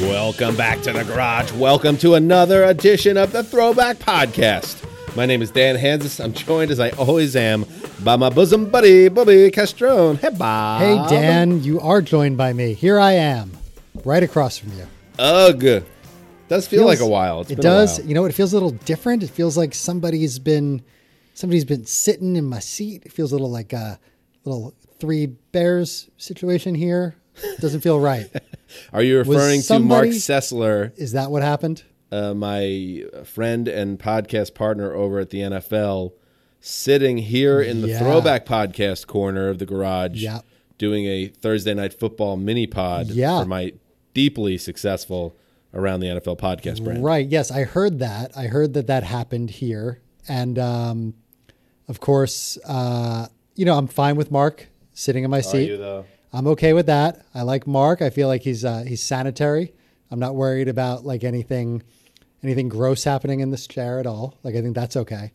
Welcome back to the garage. Welcome to another edition of the Throwback Podcast. My name is Dan Hansis. I'm joined, as I always am, by my bosom buddy, Bobby Castrone. Hey, Bob. Hey, Dan, you are joined by me. Here I am, right across from you. Ugh. Does feel like a while. It's it been a does. while. You know, what? it feels a little different. It feels like somebody's been somebody's been sitting in my seat. It feels a little like a little three bears situation here. Doesn't feel right. Are you referring to Mark somebody- Sessler, Is that what happened? uh, my friend and podcast partner over at the NFL, sitting here in the Yeah. Throwback Podcast corner of the garage, Yeah. doing a Thursday night football mini pod Yeah. for my deeply successful around the NFL podcast brand. Right. Yes, I heard that. I heard that that happened here, and um, of course, uh, you know, I'm fine with Mark sitting Oh, in my seat. I'm okay with that. I like Mark. I feel like he's uh, he's sanitary. I'm not worried about like anything anything gross happening in this chair at all. Like I think that's okay.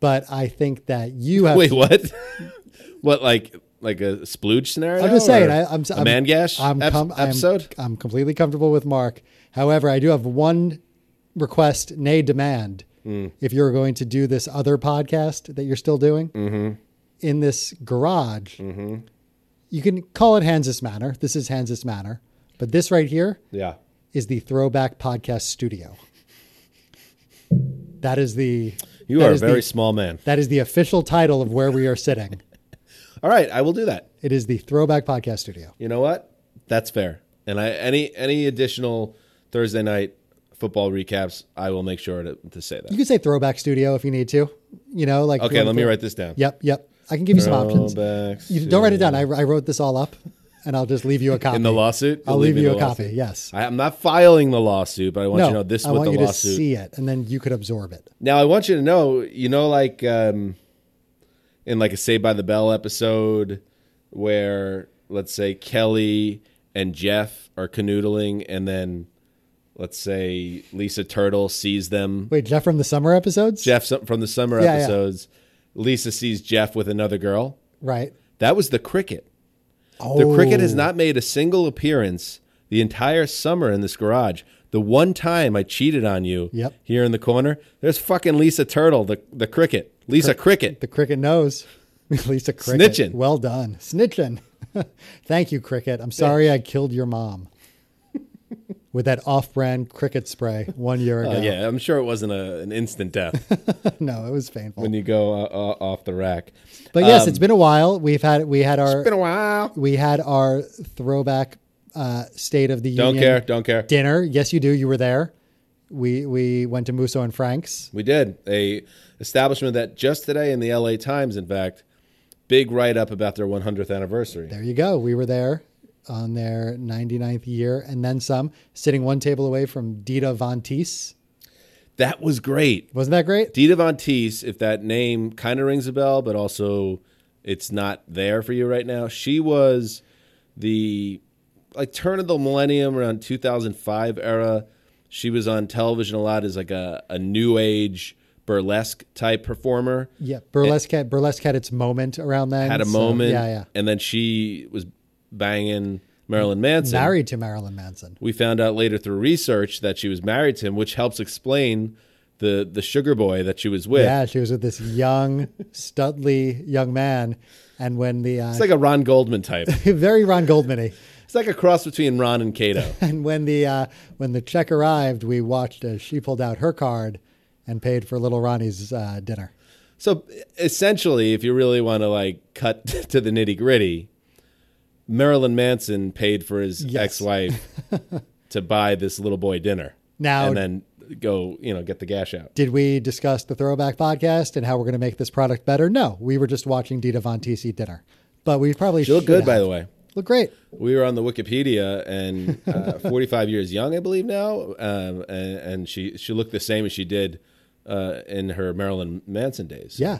But I think that you have. Wait, what? what like like a splooge scenario? I'm just saying. or I, I'm, a I'm man gash I'm, ep- com- I'm- episode. I'm, completely comfortable with Mark. However, I do have one request, nay demand. Hmm. If you're going to do this other podcast that you're still doing Mm-hmm. in this garage, you can call it Hansis Manor. This is Hansis Manor, but this right here yeah. is the Throwback Podcast Studio. That is the You that are a is the- very small man. that is the official title of where we are sitting. All right, I will do that. It is the Throwback Podcast Studio. You know what? That's fair. And I any any additional Thursday night football recaps, I will make sure to, to say You that. can say Throwback Studio if you need to. You know, like if you Okay, wanna let me throw- write this down. Yep, yep. I can give you some options. Throwbacks You don't write it down. I, I wrote this all up, and I'll just leave you a copy uh, in the lawsuit. I'll You'll leave me you a the copy. lawsuit? Yes. I, I'm not filing the lawsuit, but I want no, you to know this I is what want the you lawsuit to see it, and then you could absorb it. Now I want you to know, you know, like um, in like a Saved by the Bell episode, where let's say Kelly and Jeff are canoodling, and then let's say Lisa Turtle sees them. Wait, Jeff from the summer episodes, Jeff from the summer Yeah, yeah. episodes, Lisa sees Jeff with another girl. right? That was the cricket. Oh, The cricket has not made a single appearance the entire summer in this garage. The one time I cheated on you Yep. here in the corner, there's fucking Lisa Turtle, the, the cricket. Lisa Cricket. The cricket knows. At least a cricket. Snitchin'. Well done, snitching. Thank you, cricket. I'm sorry I killed your mom with that off-brand cricket spray one year ago. Uh, yeah, I'm sure it wasn't a, an instant death no, it was painful. when you go uh, uh, off the rack. But yes, it's been a while. We've had we had our Um, Been a while. we had our throwback uh, state of the Don't union care. Don't care. dinner. Yes, you do. You were there. We we went to Musso and Frank's. We did a establishment that just today in the L.A. Times, in fact, big write up about their 100th anniversary. There you go. We were there on their 99th year and then some, sitting one table away from Dita Von Teese. That was great. Wasn't that great? Dita Von Teese, if that name kind of rings a bell, but also it's not there for you right now. She was the like turn of the millennium around 2005 era. She was on television a lot as like a, a new age burlesque type performer. Yeah, burlesque had, burlesque had its moment around then. Had a so- moment. yeah, yeah. And then she was banging Marilyn Manson. Married to Marilyn Manson. We found out later through research that she was married to him, which helps explain the the sugar boy that she was with. Yeah, she was with this young, studly young man, and when the uh, It's like a Ron Goldman type. very Ron Goldman-y. It's like a cross between Ron and Cato. And when the uh, when the check arrived, we watched as she pulled out her card and paid for little Ronnie's uh, dinner. so essentially, if you really want to like cut to the nitty gritty, Marilyn Manson paid for his Yes. ex-wife to buy this little boy dinner. Now- and then go, you know, get the gash out. Did we discuss the throwback podcast and how we're going to make this product better? No, we were just watching Dita Von Teese eat dinner. But we probably She looked good, by the way. Look great. We were on the Wikipedia, and uh, 45 years young, I believe now, um, and, and she she looked the same as she did uh, in her Marilyn Manson days. Yeah.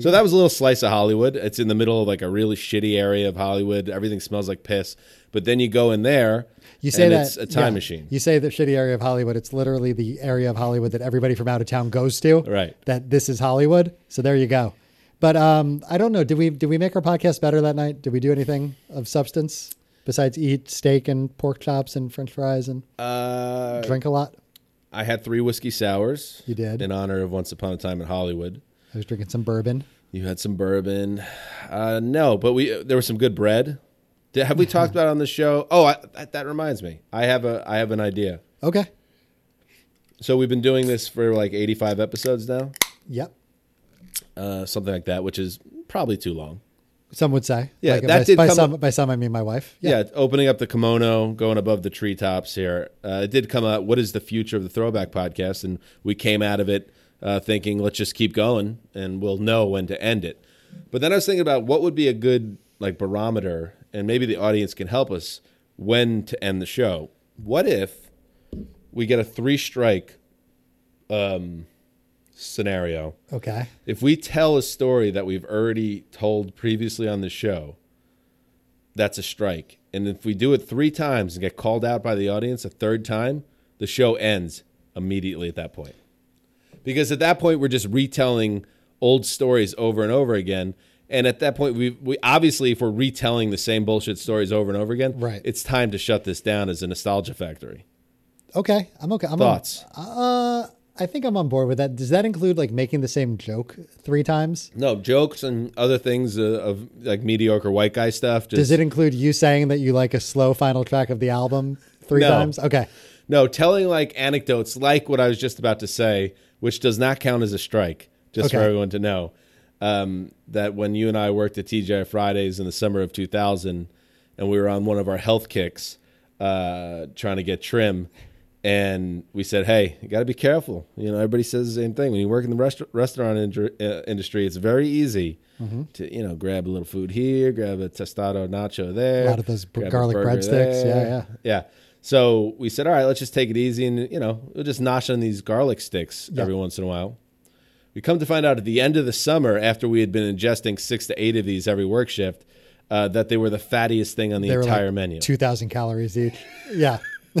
So that was a little slice of Hollywood. It's in the middle of like a really shitty area of Hollywood. Everything smells like piss. But then you go in there, You say and that it's a time yeah. machine. You say the shitty area of Hollywood. It's literally the area of Hollywood that everybody from out of town goes to. Right. That this is Hollywood. So there you go. But um, I don't know. Did we did we make our podcast better that night? Did we do anything of substance? besides eat steak and pork chops and French fries and Uh, drink a lot? I had three whiskey sours. You did. in honor of Once Upon a Time in Hollywood. I was drinking some bourbon. You had some bourbon. Uh, no, but we there was some good bread. Did, have we talked about it on the show? Oh, I, that, that reminds me. I have a I have an idea. Okay. So we've been doing this for like 85 episodes now, Yep. uh, something like that, which is probably too long. Some would say. Yeah, Like, that by, did by come some by some I mean my wife. Yeah. opening up the kimono, going above the treetops here. Uh, it did come out. What is the future of the Throwback Podcast? And we came out of it uh, thinking, let's just keep going, and we'll know when to end it. But then I was thinking about what would be a good like barometer, and maybe the audience can help us when to end the show. What if we get a three strike um, scenario? Okay. if we tell a story that we've already told previously on the show, that's a strike. And if we do it three times and get called out by the audience a third time, the show ends immediately at that point. Because at that point, we're just retelling old stories over and over again. And at that point, we, we obviously, if we're retelling the same bullshit stories over and over again, Right. it's time to shut this down as a nostalgia factory. Okay. I'm okay. I'm on- Thoughts? uh, I think I'm on board with that. Does that include like making the same joke three times? No, jokes and other things uh, of like mediocre white guy stuff. Just, Does it include you saying that you like a slow final track of the album three No. times? Okay. No, telling like anecdotes like what I was just about to say, which does not count as a strike, just for Okay. everyone to know. Um, that when you and I worked at TGI Fridays in the summer of 2000, and we were on one of our health kicks, uh, trying to get trim, and we said, "Hey, you got to be careful." You know, everybody says the same thing. When you work in the rest- restaurant indru- uh, industry, it's very easy to you know grab a little food here, grab a tostado nacho there, A lot of those b- grab a garlic burger breadsticks. Yeah, there. yeah. Yeah. So we said, all right, let's just take it easy and, you know, we'll just nosh on these garlic sticks every once in a while. We come to find out at the end of the summer, after we had been ingesting six to eight of these every work shift, uh, that they were the fattiest thing on the They were entire like menu. two thousand calories each. Yeah.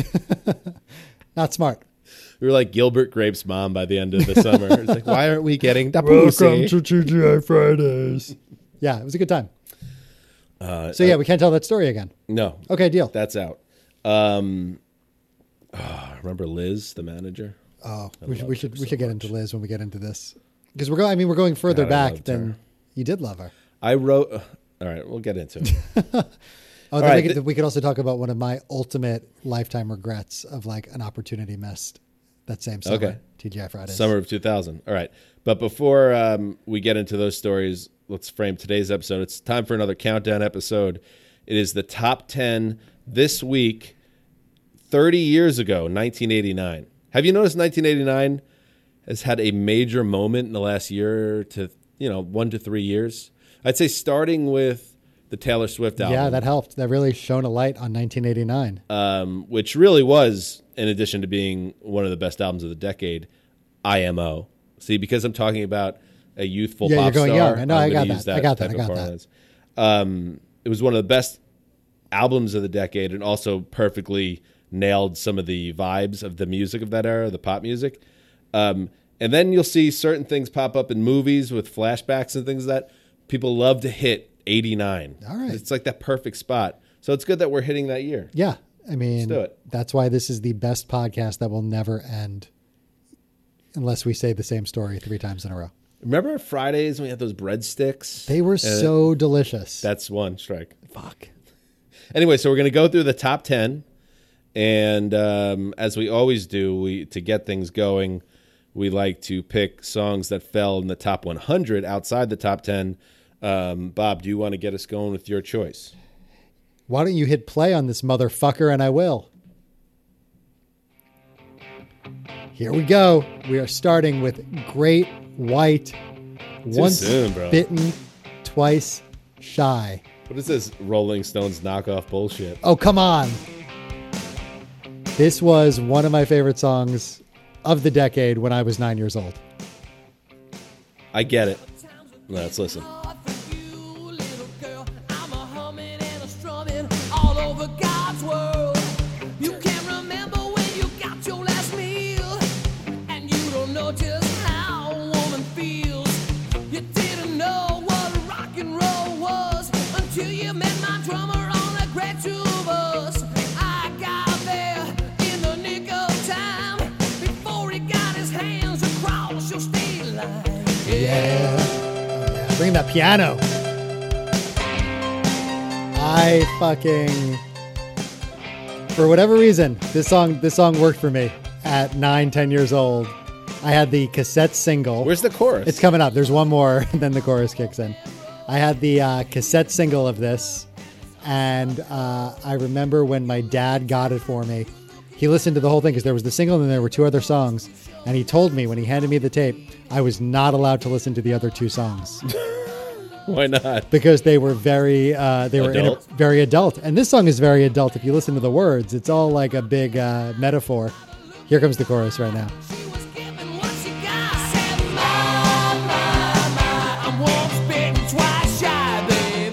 Not smart. we were like Gilbert Grape's mom by the end of the summer. It's like, why aren't we getting the pussy? TGI Fridays. Yeah, it was a good time. Uh, so yeah, we can't tell that story again. no, Okay, deal. that's out. Um, ah, remember Liz, the manager? oh, we should we should, we should get into Liz when we get into this because we're going. I mean, we're going further God, I back loved than her. you did love her. I wrote. all right, we'll get into it. Oh, then right, we, could, th- we could also talk about one of my ultimate lifetime regrets of like an opportunity missed that same summer. Okay. TGI Fridays. Summer of 2000. All right. But before um, we get into those stories, let's frame today's episode. It's time for another countdown episode. It is the top 10 this week, 30 years ago, 1989. Have you noticed 1989 has had a major moment in the last year to, you know, one to three years? I'd say starting with the Taylor Swift album Yeah, that helped. That really shone a light on 1989. um, which really was, in addition to being one of the best albums of the decade, IMO. See, because I'm talking about a youthful Yeah, you're pop going star, young. I know, I'm I gonna got use that. I got that, type I of got that. parlance. Um, it was one of the best albums of the decade, and also perfectly nailed some of the vibes of the music of that era, the pop music. Um, and then you'll see certain things pop up in movies with flashbacks and things that people love to hit. 89. All right. It's like that perfect spot. So it's good that we're hitting that year. Yeah, I mean, do it. that's why this is the best podcast that will never end, unless we say the same story three times in a row. Remember Fridays when we had those breadsticks? They were so delicious. That's one strike. Fuck. Anyway, so we're going to go through the top 10. And um, as we always do, we to get things going, we like to pick songs that fell in the top 100 outside the top 10. Um, Bob, do you want to get us going with your choice? Why don't you hit play on this motherfucker and I will? Here we go. We are starting with Great White. Once soon, bro. bitten, twice shy. What is this Rolling Stones knockoff bullshit? Oh, come on. This was one of my favorite songs of the decade when I was nine years old. I get it. Let's listen. Until you met my drummer on a graduation Social state life. Yeah. yeah. Bring that piano. I fucking for whatever reason, this song this song worked for me at nine, ten years old. I had the cassette single. Where's the chorus? It's coming up. There's one more, then the chorus kicks in. I had the uh, cassette single of this, and uh, I remember when my dad got it for me. He listened to the whole thing because there was the single and there were two other songs. And he told me when he handed me the tape, I was not allowed to listen to the other two songs Why not? because they were very uh, they were in a, Adult? very adult. And this song is very adult. If you listen to the words, it's all like a big uh, metaphor. Here comes the chorus right now. She was giving what she got. Said, my, my, my, I'm once bitten, twice shy, babe.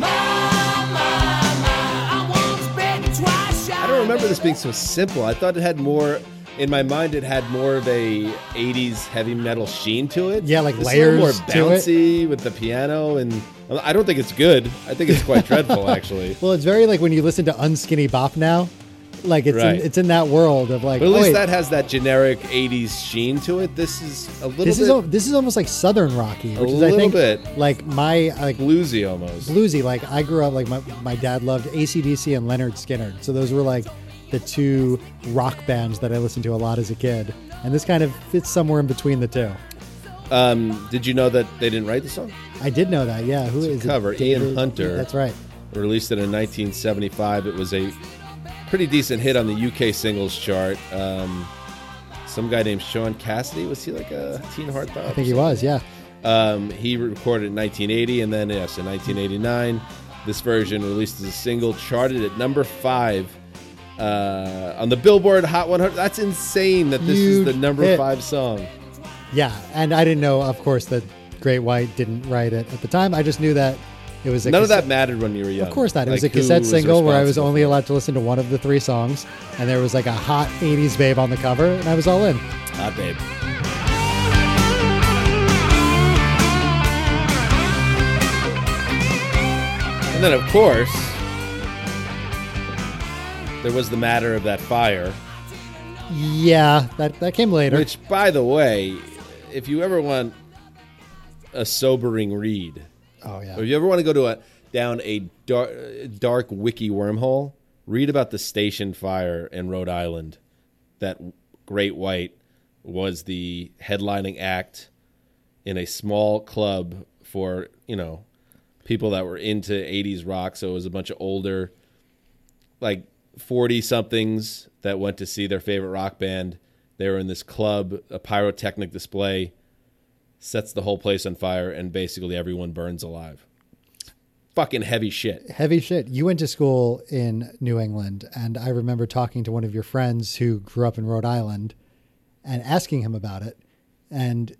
My, my, my, I'm once bitten, twice shy. I don't remember this being so simple. I thought it had more. In my mind, it had more of a '80s heavy metal sheen to it. Yeah, like This is a little layers to more it. bouncy with the piano, and I don't think it's good. I think it's quite dreadful, actually. Well, it's very like when you listen to Unskinny Bop now, like it's Right. in, it's in that world of like. But at oh, least wait, that has that generic '80s sheen to it. This is a little this bit is al- this is almost like Southern Rocky, which is I little think bit. like my like bluesy almost. bluesy. Like I grew up like my my dad loved ACDC and Leonard Skinner, so those were like the two rock bands that I listened to a lot as a kid, and this kind of fits somewhere in between the two. Did you know that they didn't write the song? I did know that, yeah. Who is a it? cover, Ian Hunter. That's right. Released it in 1975, it was a pretty decent hit on the UK singles chart. Um, some guy named Sean Cassidy was he like a teen heartthrob? I think he was, yeah. Um, he recorded in 1980, and then yes, in 1989, this version released as a single, charted at number five uh, on the Billboard Hot 100. That's insane that this is Huge the number hit. five song. Yeah, and I didn't know, of course, that Great White didn't write it at the time. I just knew that it was a None of cassette- that mattered when you were young. Of course not. It was a Like, who cassette single where I was responsible only for it. allowed to listen to one of the three songs, and there was like a hot '80s babe on the cover, and I was all in. Hot Ah, babe. And then, of course, there was the matter of that fire, Yeah, that that came later. which, by the way, if you ever want a sobering read, oh yeah, or if you ever want to go to a down a dark, dark wiki wormhole, read about the station fire in Rhode Island. That Great White was the headlining act in a small club for you know people that were into '80s rock. So it was a bunch of older, like forty somethings that went to see their favorite rock band. They were in this club, a pyrotechnic display sets the whole place on fire, and basically everyone burns alive. Fucking heavy shit. heavy shit. You went to school in New England, and I remember talking to one of your friends who grew up in Rhode Island, and asking him about it, and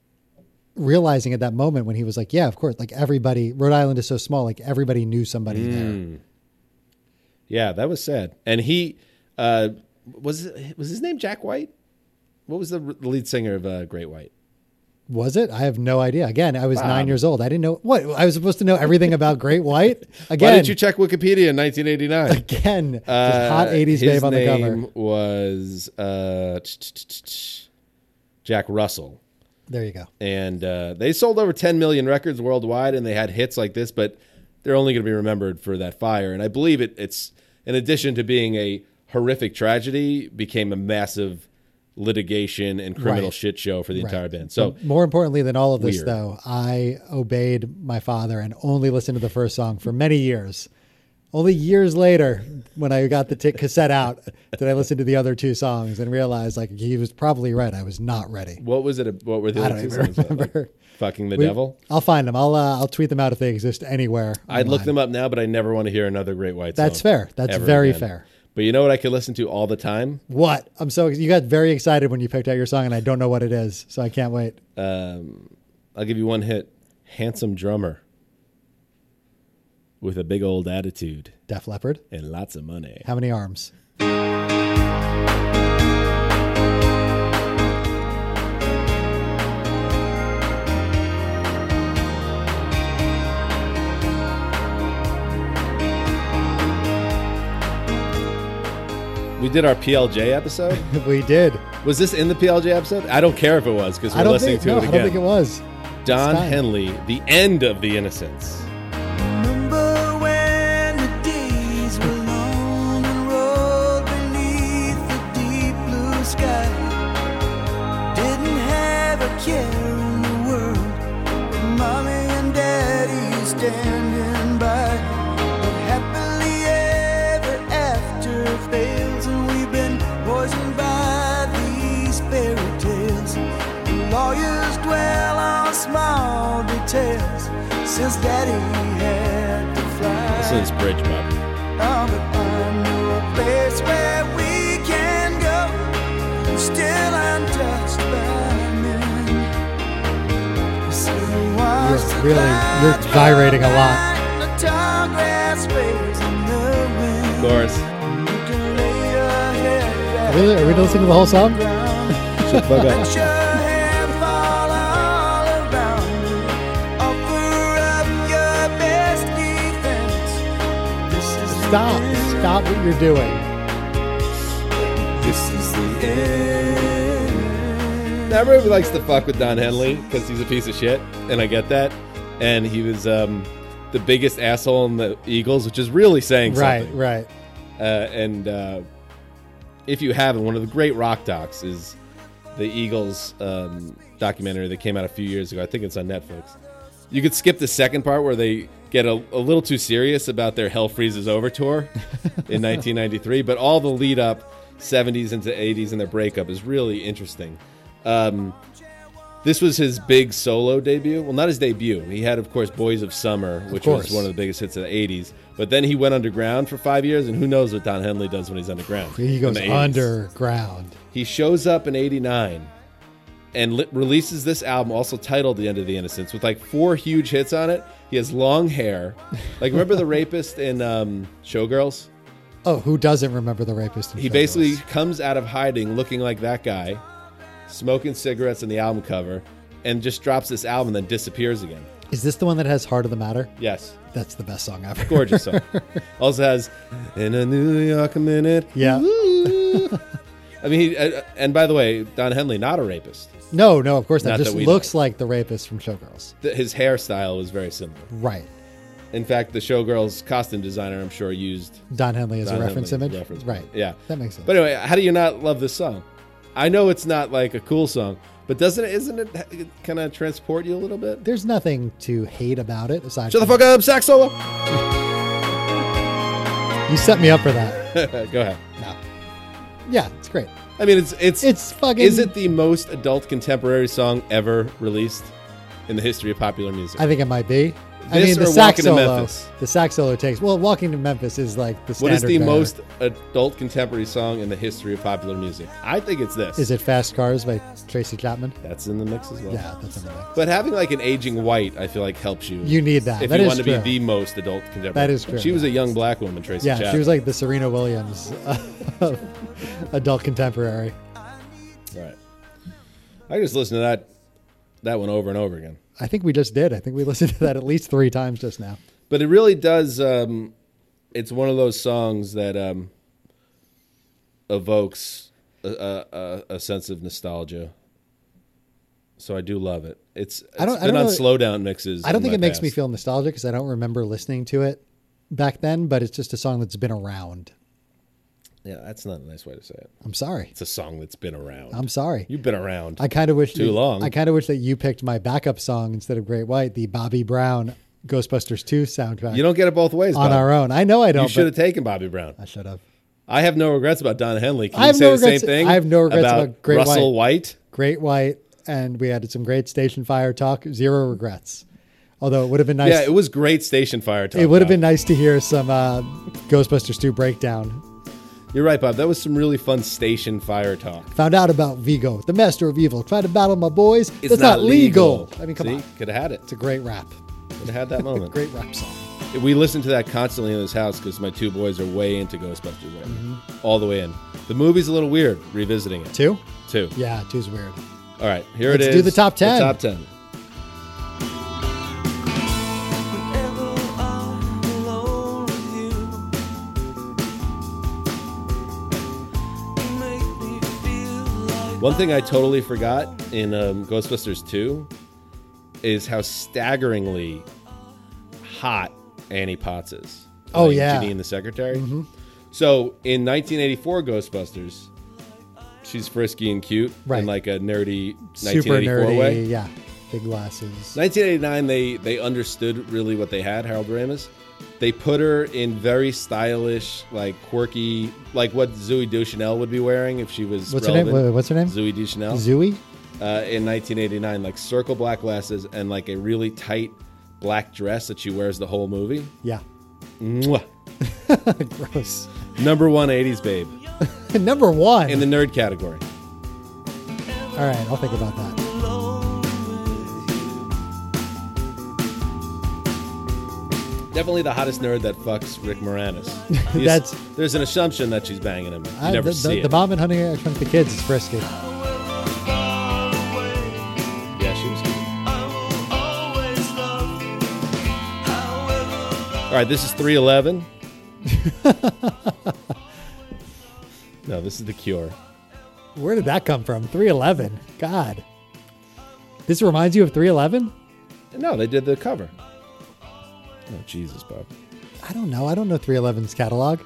realizing at that moment when he was like, "Yeah, of course." Like everybody, Rhode Island is so small. Like everybody knew somebody Mm. there. Yeah, that was sad. And he uh, was was his name Jack White. What was the r- the lead singer of uh, Great White? Was it? I have no idea. Again, I was nine years old. I didn't know what I was supposed to know everything about Great White. Again, Why didn't you check Wikipedia in 1989? again, just hot Uh, '80s his babe on the name cover. Was uh, Jack Russell. There you go. and uh, they sold over 10 million records worldwide and they had hits like this but they're only going to be remembered for that fire and i believe it, it's in addition to being a horrific tragedy became a massive litigation and criminal Right. Mm-hmm. shit show for the entire band so More importantly than all of this, Oh. Weird. though, I obeyed my father and only listened to the first song for many years. Only years later, when I got the t- cassette out, did I listen to the other two songs and realized like he was probably right. I was not ready. what was it what were the I other don't two even songs about? Like, remember. fucking the We- devil I'll find them. I'll uh, I'll tweet them out if they exist anywhere. i'd look online. them up now but i never want to hear another great white song That's fair. That's ever very again. fair. but you know what i could listen to all the time What? I'm so you got very excited when you picked out your song, and I don't know what it is, so I can't wait. i'll give you one hit handsome drummer with a big old attitude Def Leppard. and lots of money How many arms? We we did our PLJ episode. we did. Was this in the PLJ episode? I don't care if it was because I we're don't listening think. to No, it I again. don't think it was. Don time. Henley, The End of the Innocents. Remember when the days were long and rolled beneath the deep blue sky? Didn't have a care in the world, but mommy and daddy standing by. But happily ever after fails, and we've been poisoned by these fairy tales. Lawyers dwell on small details since daddy had to fly. This is Bridge Bob. Oh, but I know a place where we can go, still untouched by men. So watch You're the really- you're clouds gyrating a roll lot. by and The tall grass waves in the wind. Of course. You can lay your head back Really? Are we listening to the whole song? on the ground. Shut the fuck up. Let your hand fall all around you. Offer up your best defense. This is the Stop. end. Stop what you're doing. This is the end. Now, everybody likes to fuck with Don Henley because he's a piece of shit, and I get that. And he was um, the biggest asshole in the Eagles, which is really saying Right, something. right. Uh, and uh, if you haven't, one of the great rock docs is the Eagles um, documentary that came out a few years ago. I think it's on Netflix. You could skip the second part where they get a, a little too serious about their Hell Freezes Over tour in 1993, but all the lead up, 70s into 80s, and their breakup is really interesting. Um, this was his big solo debut. Well, not his debut. He had, of course, Boys of Summer, which was course. one of the biggest hits of the 80s. But then he went underground for five years, and who knows what Don Henley does when he's underground. He in goes the 80s. underground. He shows up in 89 and li- releases this album, also titled The End of the Innocence, with like four huge hits on it. He has long hair. Like, remember the rapist in um, Showgirls? Oh, who doesn't remember the rapist? in He Showgirls? basically comes out of hiding looking like that guy, smoking cigarettes in the album cover, and just drops this album and then disappears again. is this the one that has "Heart of the Matter"? Yes. That's the best song ever. Gorgeous song. also has, in a New York minute. Yeah. Ooh. I mean, he, uh, and by the way, Don Henley, not a rapist. No, no, of course not. Not Just that we looks like the rapist from Showgirls. Th- His hairstyle was very similar. Right. In fact, the showgirls costume designer, I'm sure, used Don Henley is Don a reference Henley image. reference. right. Yeah, That makes sense. But anyway, how do you not love this song? I know it's not like a cool song, but doesn't it? Isn't it kind of transport you a little bit? There's nothing to hate about it aside Shut the from fuck up, sax solo. you set me up for that. Go ahead. No. Yeah, it's great. I mean, it's it's It's fucking Is it the most adult contemporary song ever released in the history of popular music? I think it might be. I This mean, or the sax Walking to solo. Memphis? The sax solo takes. Well, walking to Memphis is like the what is standard the bearer. most adult contemporary song in the history of popular music? I think it's this. Is it Fast Cars by Tracy Chapman? That's in the mix as well. Yeah, that's in the mix. But having like an aging white, I feel like helps you. You need that. if Ah, That you is want to true. be the most adult contemporary. That is true. She was a young black woman, Tracy. yeah, she Chapman. was like the Serena Williams of adult contemporary. All right. I can just listen to that that one over and over again. I think we just did. I think we listened to that at least three times just now. But it really does. Um, it's one of those songs that um, evokes a, a, a, a sense of nostalgia. So I do love it. It's, it's I don't- I been don't on know- slow down mixes. I don't in think my it makes me past. feel nostalgic because I don't remember listening to it back then, but it's just a song that's been around. Yeah, that's not a nice way to say it. I'm sorry. It's a song that's been around. I'm sorry. You've been around. I kind of wish Too that- long. I kind of wish that you picked my backup song instead of Great White, the Bobby Brown Ghostbusters 2 soundtrack you don't get it both ways. on Bob. our own. I know I You don't. should have but taken Bobby Brown. I should have. I have no regrets about Don Henley. Can I you have say no the regrets- same thing? I have no regrets about Great Russell White. Great White, and we had some great station fire talk. Zero regrets. Although it would have been nice. Yeah, it was great station fire talk. it would have Bob. been nice to hear some uh, Ghostbusters 2 breakdown. You're right, Bob. That was some really fun station fire talk. Found out about Vigo, the master of evil. Try to battle my boys. It's That's not, legal. I mean, come on. It's Could have had it. a great rap. Could have had that moment. Great rap song. We listen to that constantly in this house because my two boys are way into Ghostbusters, right? now. Mm-hmm. all the way in. The movie's a little weird. Revisiting it. Two? Two. Yeah, two's weird. All right. Here it is. Let's do the top 10. top ten. Whenever I'm alone with you, One thing I totally forgot in um, Ghostbusters 2 is how staggeringly hot Annie Potts is. Oh, Playing yeah. Mm-hmm. Ginny and the Secretary. So in 1984 Ghostbusters, she's frisky and cute Right. in like a nerdy Super 1984 nerdy. way. Yeah. Big glasses. 1989 they they understood really what they had harold ramis they put her in very stylish like quirky like what zoe deschanel would be wearing if she was What's her name? relevant. Wait, What's her name? zoe deschanel Zooey? uh, in 1989 like circle black glasses and like a really tight black dress that she wears the whole movie Yeah. Mwah. Gross. number one 80s babe Number one. in the nerd category All right. I'll think about that. definitely the hottest nerd that fucks rick moranis He's- That's- there's an assumption that she's banging him you I- never the, see the, it the mom and honey, I shrunk the kids is frisky. Yeah, she was good. All right, this is 311. no, this is The Cure. Where did that come from? 311. God. This reminds you of 311? No, they did the cover. Oh, Jesus, Bob. I don't know. I don't know 311's catalog.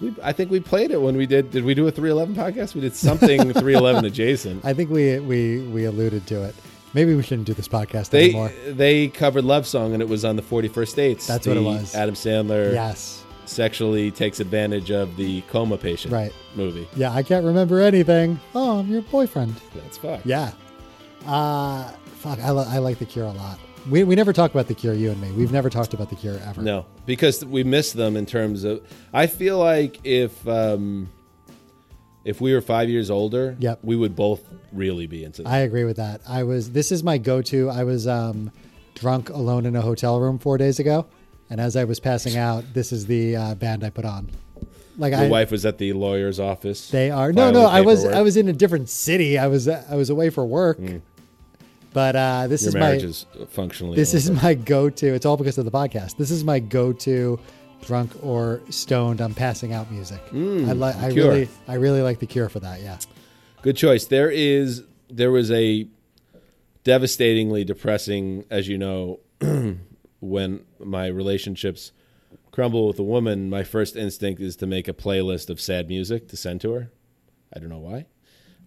We, I think we played it when we did. Did we do a 311 podcast? We did something 311 adjacent. I think we we we alluded to it. Maybe we shouldn't do this podcast They anymore. they covered Love Song and it was on the 41st Dates. That's what it The was. Adam Sandler Yes. sexually takes advantage of the coma patient Right. movie. Yeah, I can't remember anything. Oh, I'm your boyfriend. That's fucked. Yeah. Uh fuck, I, li- I like The Cure a lot. We, we never talk about The Cure, you and me. We've never talked about The Cure ever. No, because we miss them in terms of. I feel like if um, if we were five years older, Yep. we would both really be into. Them. I agree with that. I was this is my go-to. I was um, drunk alone in a hotel room four days ago, and as I was passing out, this is the uh, band I put on. Like Your I, wife was at the lawyer's office. they are no, no. filing I was paperwork. Mm. I was in a different city. I was I was away for work, but uh, this Your is marriage my is functionally. this is over. my go-to. It's all because of the podcast. This is my go-to. Drunk or stoned, I'm passing out music. I like. I Mm, Cure. really, I really like the Cure for that. Yeah. good choice. There is there was a devastatingly depressing, as you know, when my relationships crumble with a woman. My first instinct is to make a playlist of sad music to send to her. I don't know why.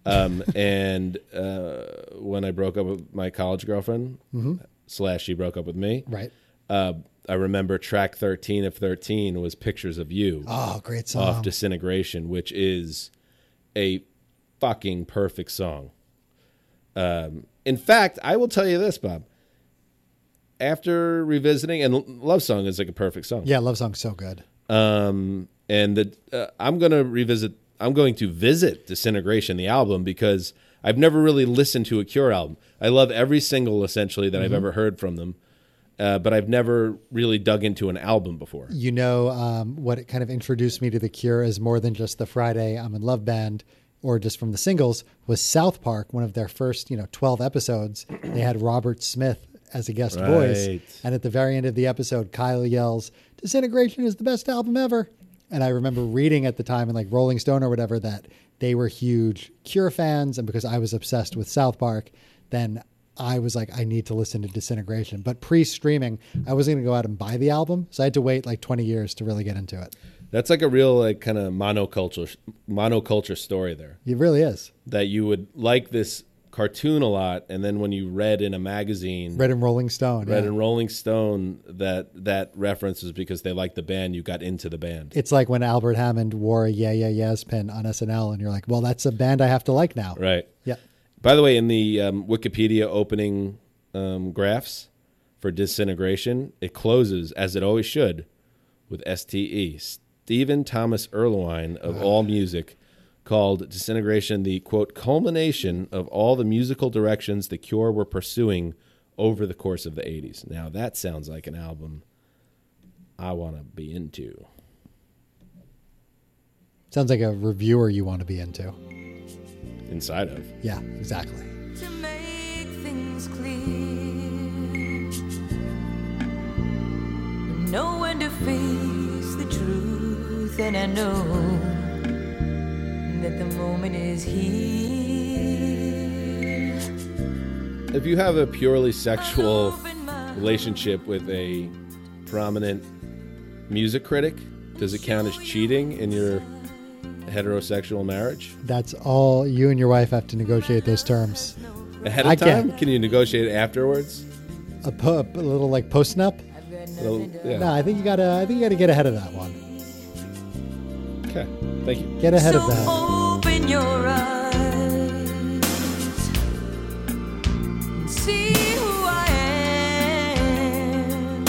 um, and uh, when I broke up with my college girlfriend, slash, she broke up with me. Right. Uh, I remember track thirteen of thirteen was "Pictures of You" Oh, great song. off Disintegration, which is a fucking perfect song. Um, in fact, I will tell you this, Bob. After revisiting, and L- Love Song is like a perfect song. Yeah, love song's so good. Um, and the uh, I'm gonna revisit. I'm going to visit Disintegration, the album, because I've never really listened to a Cure album. I love every single essentially that I've ever heard from them, uh, but I've never really dug into an album before. you know um, what it kind of introduced me to the cure is more than just the friday i'm in love band or just from the singles was south park one of their first you know 12 episodes they had robert smith as a guest voice Right. and at the very end of the episode kyle yells disintegration is the best album ever and i remember reading at the time in like rolling stone or whatever that they were huge cure fans and because i was obsessed with south park then I was like, I need to listen to Disintegration. But pre streaming, I wasn't going to go out and buy the album. So I had to wait like 20 years to really get into it. That's like a real like kind of monoculture monoculture story there. It really is. That you would like this cartoon a lot, and then when you read in a magazine, Red and Rolling Stone. read yeah. in Rolling Stone that that reference was because they liked the band, you got into the band. It's like when Albert Hammond wore a Yeah, Yeah, Yeahs pin on SNL, and you're like, well, that's a band I have to like now. Right. Yeah. By the way, in the um, Wikipedia opening um, graphs for disintegration, it closes as it always should with STE. Stephen Thomas Erlewine of All Music called disintegration the quote culmination of all the musical directions the Cure were pursuing over the course of the 80s. Now that sounds like an album I want to be into. Sounds like a reviewer you want to be into. Inside of Yeah, exactly. to make things clear. Know when to face the truth, and I know that the moment is here. if you have a purely sexual relationship with a prominent music critic, does it count as cheating in your heterosexual marriage? That's all you and your wife have to negotiate those terms. Ahead of I time? can't. Can you negotiate afterwards? A, po- a little like post up. Well, yeah. No, I think you gotta. I think you gotta get ahead of that one. Okay. Thank you. Get ahead so of that. open your eyes and see who I am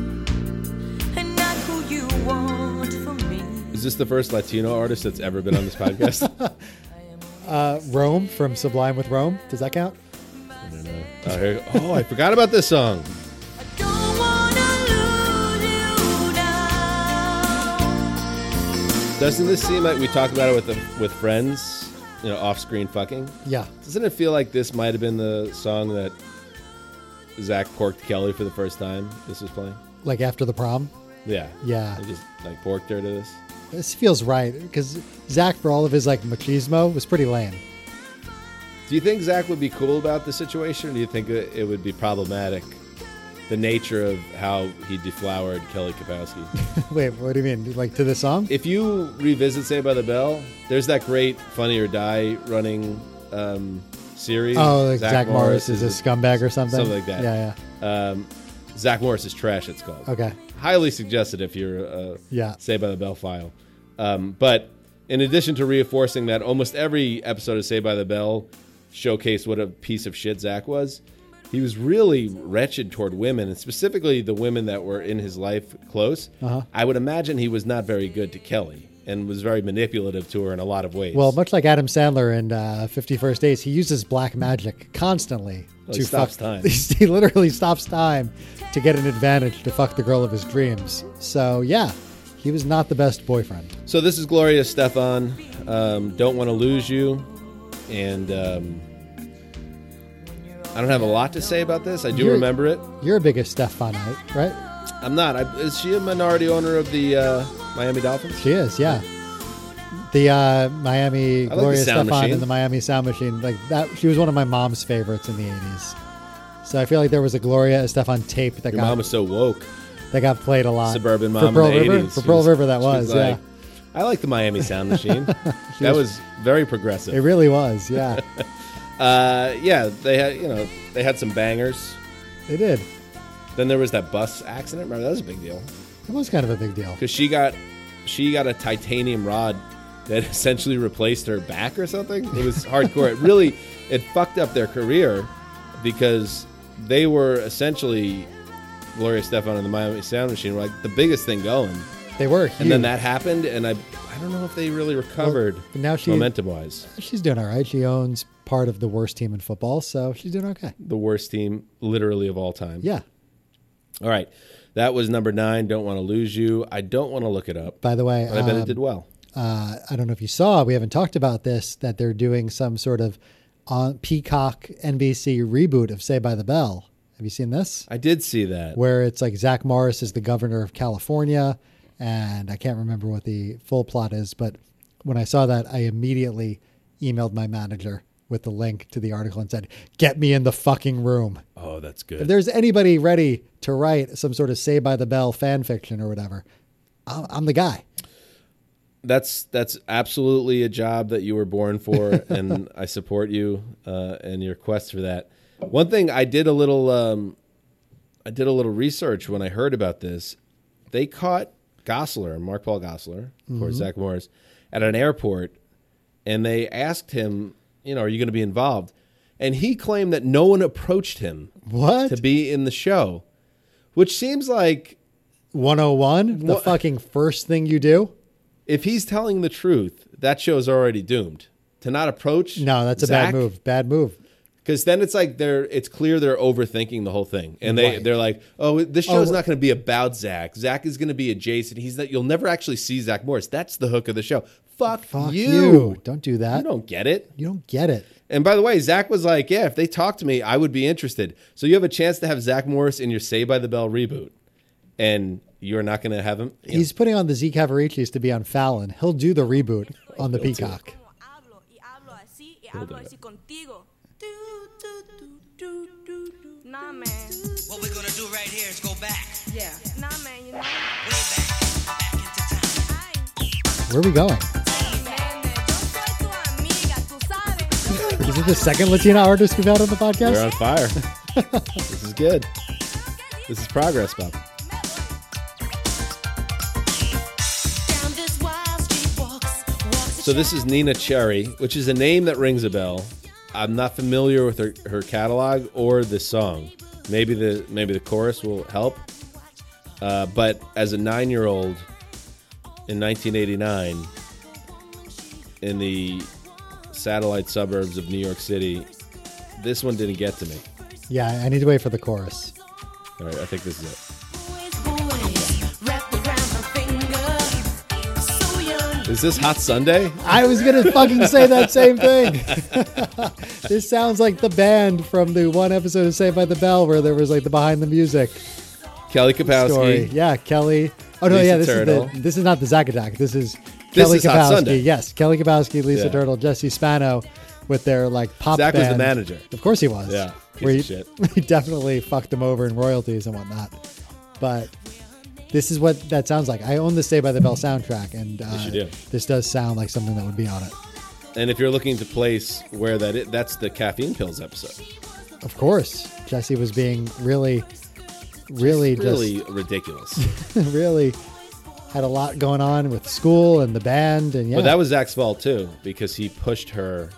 and not who you want from me. Is this the first Latino artist that's ever been on this podcast? Uh, Rome from Sublime with Rome. Does that count? Oh, here- oh, I forgot about this song. I don't wanna lose you now. Doesn't this seem like we talk about it with the, with friends, you know, off-screen fucking? Yeah. Doesn't it feel like this might have been the song that Zach porked Kelly for the first time? This was playing. Like after the prom. Yeah. Yeah. I just like porked her to this. This feels right because Zach, for all of his like machismo, was pretty lame. Do you think Zach would be cool about the situation, or do you think it it would be problematic? The nature of how he deflowered Kelly Kapowski. Wait, what do you mean? Like to the song? if you revisit Saved by the Bell, there's that great Funny or Die running um, series. oh, like Zach, Morris is a scumbag or something. something like that. Yeah, Um, Zach Morris is trash. It's called. yeah. Okay. Highly suggested if you're a Yeah. Saved by the Bell file. Um, but in addition to reinforcing that, almost every episode of Saved by the Bell showcased what a piece of shit Zach was. He was really wretched toward women, and specifically the women that were in his life close. Uh-huh. I would imagine he was not very good to Kelly and was very manipulative to her in a lot of ways. Well, much like Adam Sandler in uh, Fifty First Dates, he uses black magic constantly Well, Oh, he stops time. he literally stops time to get an advantage to fuck the girl of his dreams. So yeah, he was not the best boyfriend. So this is Gloria Stefan. Um, don't want to lose you, and um, I don't have a lot to say about this. I do You're- remember it. You're a biggest Stefanite, right? I'm not. I, is she a minority owner of the uh, Miami Dolphins? She is, yeah. The uh, Miami like the Gloria Sound Stefan Machine. and the Miami Sound Machine, like that. She was one of my mom's favorites in the '80s. So I feel like there was a Gloria Stefan tape that Your got mom was so woke. that got played a lot. Suburban for mom Pearl in the River. 80s. For She Pearl River, that she was, like, yeah. I like the Miami Sound Machine. that was very progressive. It really was, yeah. uh, yeah, they had you know they had some bangers. they did. Then there was that bus accident. Remember that was a big deal. It was kind of a big deal. because she got she got a titanium rod that essentially replaced her back or something. It was hardcore. it really it fucked up their career because they were essentially Gloria Stefan and the Miami Sound Machine were like the biggest thing going, They were huge. and then that happened, and I I don't know if they really recovered Well, now she- momentum wise. She's doing all right. She owns part of the worst team in football, so she's doing okay. The worst team literally of all time. Yeah. All right. That was number nine. Don't want to lose you. I don't want to look it up. By the way, but I bet um, it did well. uh, I don't know if you saw, we haven't talked about this, that they're doing some sort of on Peacock NBC reboot of Say by the Bell. Have you seen this? I did see that. Where it's like Zach Morris is the governor of California, and I can't remember what the full plot is, but when I saw that, I immediately emailed my manager with the link to the article and said, Get me in the fucking room. Oh, that's good. If there's anybody ready to write some sort of Say by the Bell fan fiction or whatever, I'm, I'm the guy. that's that's absolutely a job that you were born for, and I support you uh, and your quest for that. One thing I did a little, um, I did a little research when I heard about this. They caught Gosler, Mark Paul Gosler, of course, Zach Morris, at an airport, and they asked him, you know, are you going to be involved? And he claimed that no one approached him What? to be in the show, which seems like 101? The What? fucking first thing you do? if he's telling the truth, that show's already doomed. To not approach, No, that's a bad move. Bad move. Because then it's like they're it's clear they're overthinking the whole thing, and they Right. they're like, oh, this show's Oh. not going to be about Zach. Zach is going to be adjacent. He's that you'll never actually see Zach Morris. That's the hook of the show. Fuck, Fuck you. you. Don't do that. You don't get it. You don't get it. And by the way, Zach was like, yeah, if they talk to me, I would be interested. So you have a chance to have Zach Morris in your Say by the Bell reboot, and you're not going to have him. you know, He's putting on the Z Cavaricis to be on Fallon. He'll do the reboot on the He'll do it. Peacock. Como hablo y hablo así y hablo así contigo. Tú, Nah, man. What we're gonna do right here is go back, Yeah. Nah, man, you know. way back, back into time. Ay, Where are we going? nene, yo soy tu amiga, tú sabes. Yo soy Is it the second Latina artist we've had on the podcast? We're on fire. this is good. This is progress, Bob. Down this wild street walks, walks a So this is Nina Cherry, which is a name that rings a bell. I'm not familiar with her, her catalog or the song. Maybe the maybe the chorus will help. Uh, but as a nine year old in 1989, in the satellite suburbs of New York City, this one didn't get to me. Yeah, I need to wait for the chorus. All right, I think this is it. boy's boys wrapped around her finger. So young, Is this Hot Sunday? I was gonna fucking say that same thing. this sounds like the band from the one episode of Saved by the Bell where there was like the behind the music Kelly Kapowski. story. Yeah, Kelly. Oh no, Lisa yeah, this Turtle. is the this is not the Zack Attack. This is This Kelly is Hot Sunday. Kapowski. Yes, Kelly Kapowski, Lisa Yeah. Turtle, Jesse Spano, with their like pop. Zack was the band. manager. Of course he was. Yeah, piece Where of he- shit. he definitely fucked them over in royalties and whatnot. But this is what that sounds like. I own the Stay by the Bell soundtrack, and uh, you do. this does sound like something that would be on it. And if you're looking to place where that is, that's the caffeine pills episode. Of course, Jesse was being really, really, Really ridiculous. just really had a lot going on with school and the band, and yeah, But that was Zach's fault too because he pushed her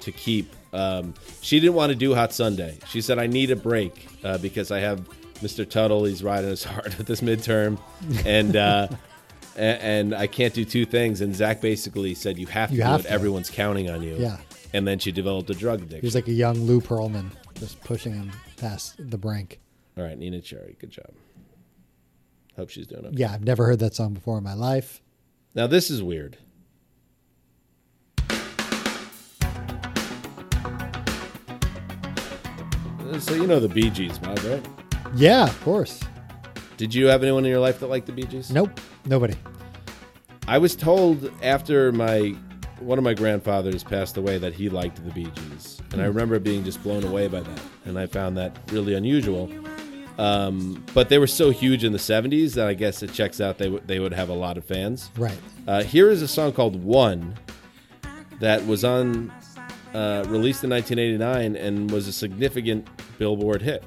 to keep. Um, she didn't want to do Hot Sunday. She said, "I need a break uh, because I have Mr. Tuttle. He's riding us hard at this midterm, and uh, a- and I can't do two things." And Zach basically said, "You have to. You do have it. to. Everyone's counting on you." Yeah. And then she developed a drug he addiction. was like a young Lou Pearlman, just pushing him past the brink. All right, Nina Cherry, good job. Hope she's doing okay. Yeah, I've never heard that song before in my life. Now this is weird. Uh, So you know the Bee Gees, Bob, right? Yeah, of course. Did you have anyone in your life that liked the Bee Gees? Nope, nobody. I was told after my one of my grandfathers passed away that he liked the Bee Gees, and I remember being just blown away by that, and I found that really unusual. Um, but they were so huge in the '70s that I guess it checks out they w- they would have a lot of fans. Right. Uh, here is a song called One that was on uh, released in 1989 and was a significant Billboard hit.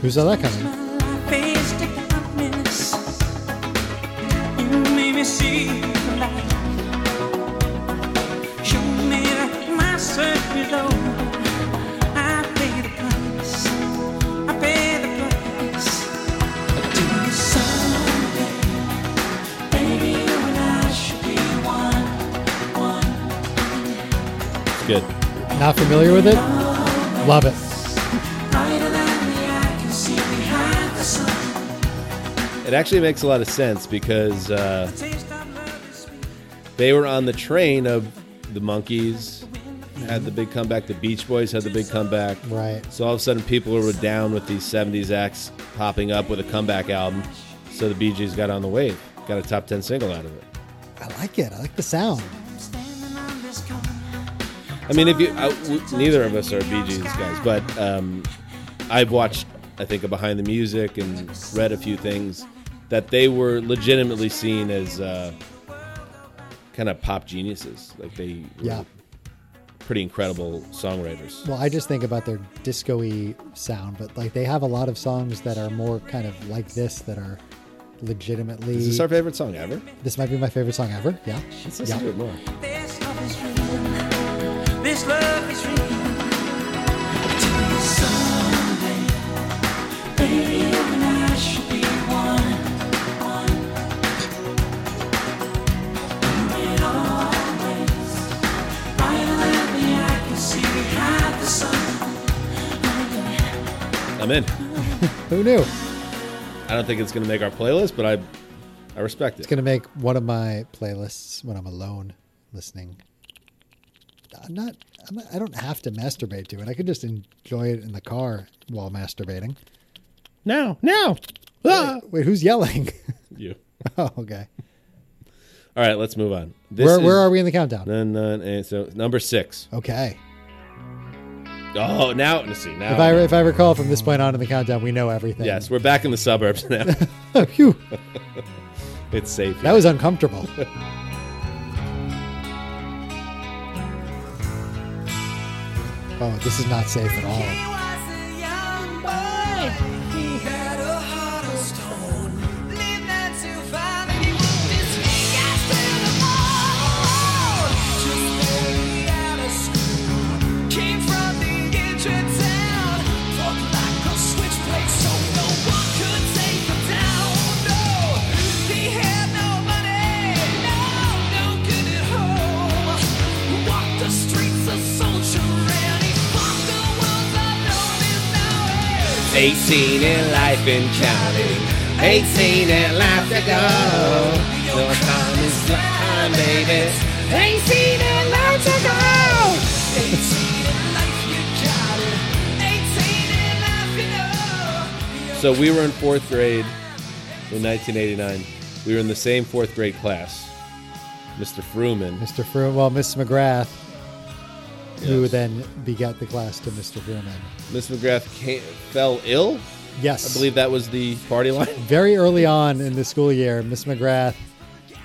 Who saw that coming? face to darkness. You made me see the light. You made my circuit low. I pay the price. I pay the price. Do you someday, baby, you and I should be one, one. It's good. Not familiar with it? Love it. Brighter than the eye can see behind the sun. It actually makes a lot of sense because uh, Taste of love is sweet. they were on the train of the Monkeys had the big comeback, the Beach Boys had the big comeback. Right. So all of a sudden, people were down with these '70s acts popping up with a comeback album. So the Bee Gees got on the wave, got a top ten single out of it. I like it. I like the sound. Standing on this corner. I mean, if you, I, w- neither of us are Bee Gees guys, but um, I've watched, I think, a behind the music and read a few things that they were legitimately seen as uh, kind of pop geniuses. Like they were Yeah. pretty incredible songwriters. Well, I just think about their disco-y sound, but like they have a lot of songs that are more kind of like this that are legitimately Is this our favorite song ever? This might be my favorite song ever. Yeah. Let's listen to it more. This love is real. This love is real. Till someday, baby, you and I should be one. One. And always, brighter than the eye can see behind the sun. I'm in. Who knew? I don't think it's going to make our playlist, but I, I respect It's it. gonna make one of my playlists when I'm alone listening. I'm not, I'm not. I don't have to masturbate to it. I could just enjoy it in the car while masturbating. Now, now. Ah! Wait, who's yelling? You. oh, okay. All right, let's move on. This Where, is- where are we in the countdown? None, none, and so number six. Okay. Oh, now let's see. Now, If I if I recall from this point on in the countdown, we know everything. Oh, yes, we're back in the suburbs now. Phew. it's safe. That was uncomfortable. oh, this is not safe at all. Streets a soldier and he fought the world unknown is now his. 18 in life and counting. 18 and life to go. No time is flying, baby. 18 and life to go. 18 in life, you got it. 18 in life, you know. So we were in fourth grade in 1989. We were in the same fourth grade class. Mr. Fruman. Mr. Fruman, well, Miss McGrath, who Yes. then begat the class to Mr. Fruman. Miss McGrath came, fell ill. Yes, I believe that was the party line. very early on in the school year, Miss McGrath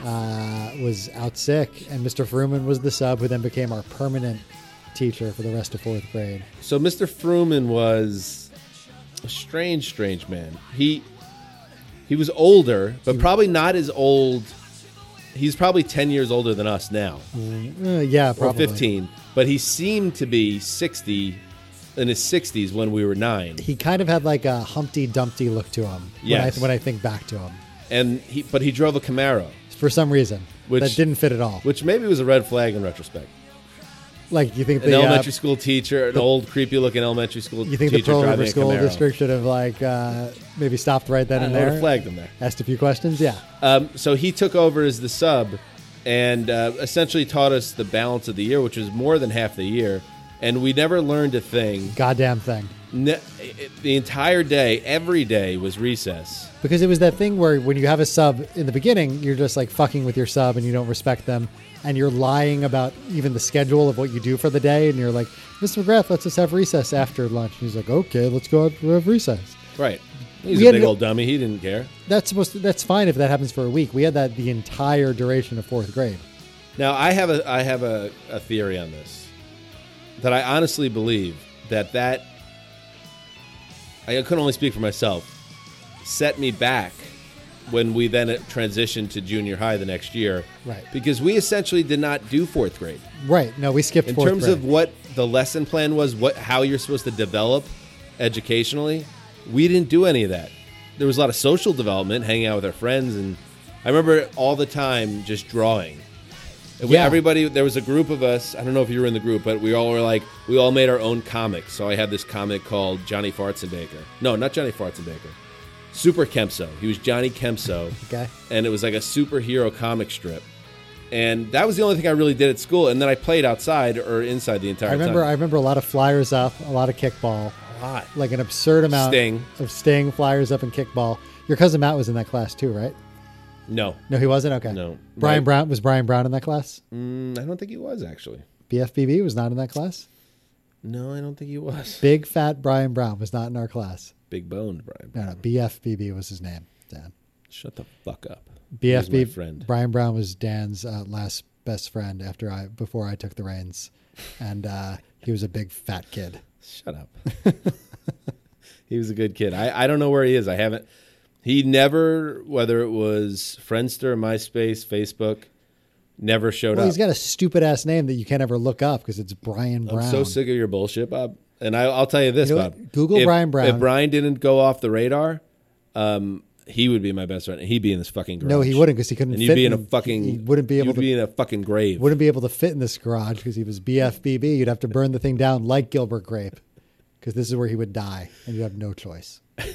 uh, was out sick, and Mr. Fruman was the sub, who then became our permanent teacher for the rest of fourth grade. So Mr. Fruman was a strange, strange man. He he was older, but probably not as old. He's probably 10 years older than us now, Uh, yeah, or probably 15. But he seemed to be 60 in his 60s when we were nine. He kind of had like a Humpty Dumpty look to him. Yes. when I, when I think back to him, And he, but he drove a Camaro, for some reason Which- that didn't fit at all. which maybe was a red flag in retrospect. like you think An the uh, elementary school teacher, an old creepy looking elementary school you think the teacher Pearl driving River a School Camaro. District should have like uh, maybe stopped right then I and would have there, flagged him there. asked a few questions. Yeah, Um, so he took over as the sub and uh, essentially taught us the balance of the year, which was more than half the year. And we never learned a thing. goddamn thing. Ne- it- the entire day, every day was recess. Because it was that thing where when you have a sub in the beginning, you're just like fucking with your sub and you don't respect them, and you're lying about even the schedule of what you do for the day, and you're like, Mr. McGrath, let's just have recess after lunch. And he's like, Okay, let's go out and have recess. Right. He's We a had big no- old dummy. He didn't care. That's supposed to, that's fine if that happens for a week. We had that the entire duration of fourth grade. Now I have a I have a, a theory on this that I honestly believe that that I can only speak for myself set me back when we then transitioned to junior high the next year Right. because we essentially did not do fourth grade Right. No, we skipped in fourth terms grade. of what the lesson plan was what how you're supposed to develop educationally we didn't do any of that there was a lot of social development hanging out with our friends and i remember all the time just drawing And we- Yeah. everybody there was a group of us i don't know if you were in the group but we all were like we all made our own comics so i had this comic called johnny fartzenbaker no not johnny fartzenbaker super kemso he was johnny kemso Okay. and it was like a superhero comic strip and that was the only thing I really did at school. And then I played outside or inside the entire I remember I time. remember a lot of flyers up, a lot of kickball. lot. Like an absurd amount Sting. of sting, flyers up and kickball. Your cousin Matt was in that class too, right? no, No, he wasn't. Okay. No. Brian Right. Brown was Brian Brown in that class. Mm, I don't think he was actually. BFBB was not in that class. No, I don't think he was. Big fat Brian Brown was not in our class. Big boned Brian. No, no. BFBB was his name. Dan. Shut the fuck up. He was my BFB friend. Brian Brown was Dan's uh, last best friend after I before I took the reins, and uh, he was a big fat kid. Shut up. he was a good kid. I, I don't know where he is. I haven't. He never, whether it was Friendster, MySpace, Facebook, never showed Well, up. he's got a stupid ass name that you can't ever look up because it's Brian Brown. uh, I'm so sick of your bullshit, Bob. And I, I'll tell you this, You know Bob. what? Google If- Brian Brown. If Brian didn't go off the radar, um, he would be my best friend. and He'd be in this fucking garage. No, he wouldn't because he couldn't. And you'd fit be in a he- fucking. He wouldn't be able You'd to. be in a fucking grave. wouldn't be able to fit in this garage because he was BFBB. You'd have to burn the thing down like Gilbert Grape because this is where he would die, and you have no choice.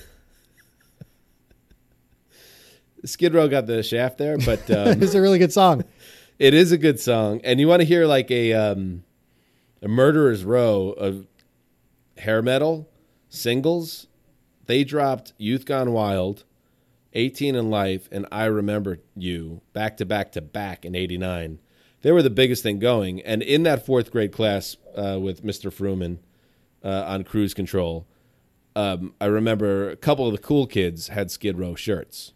Skid Row got the shaft there, but um, It's a really good song. it is a good song. And you want to hear like a um, a murderer's row of hair metal singles? They dropped "Youth Gone Wild," "18 in Life," and "I Remember You" back to back to back in '89. They were the biggest thing going. And in that fourth grade class uh, with Mr. Fruman, uh, on cruise control, um, I remember a couple of the cool kids had Skid Row shirts.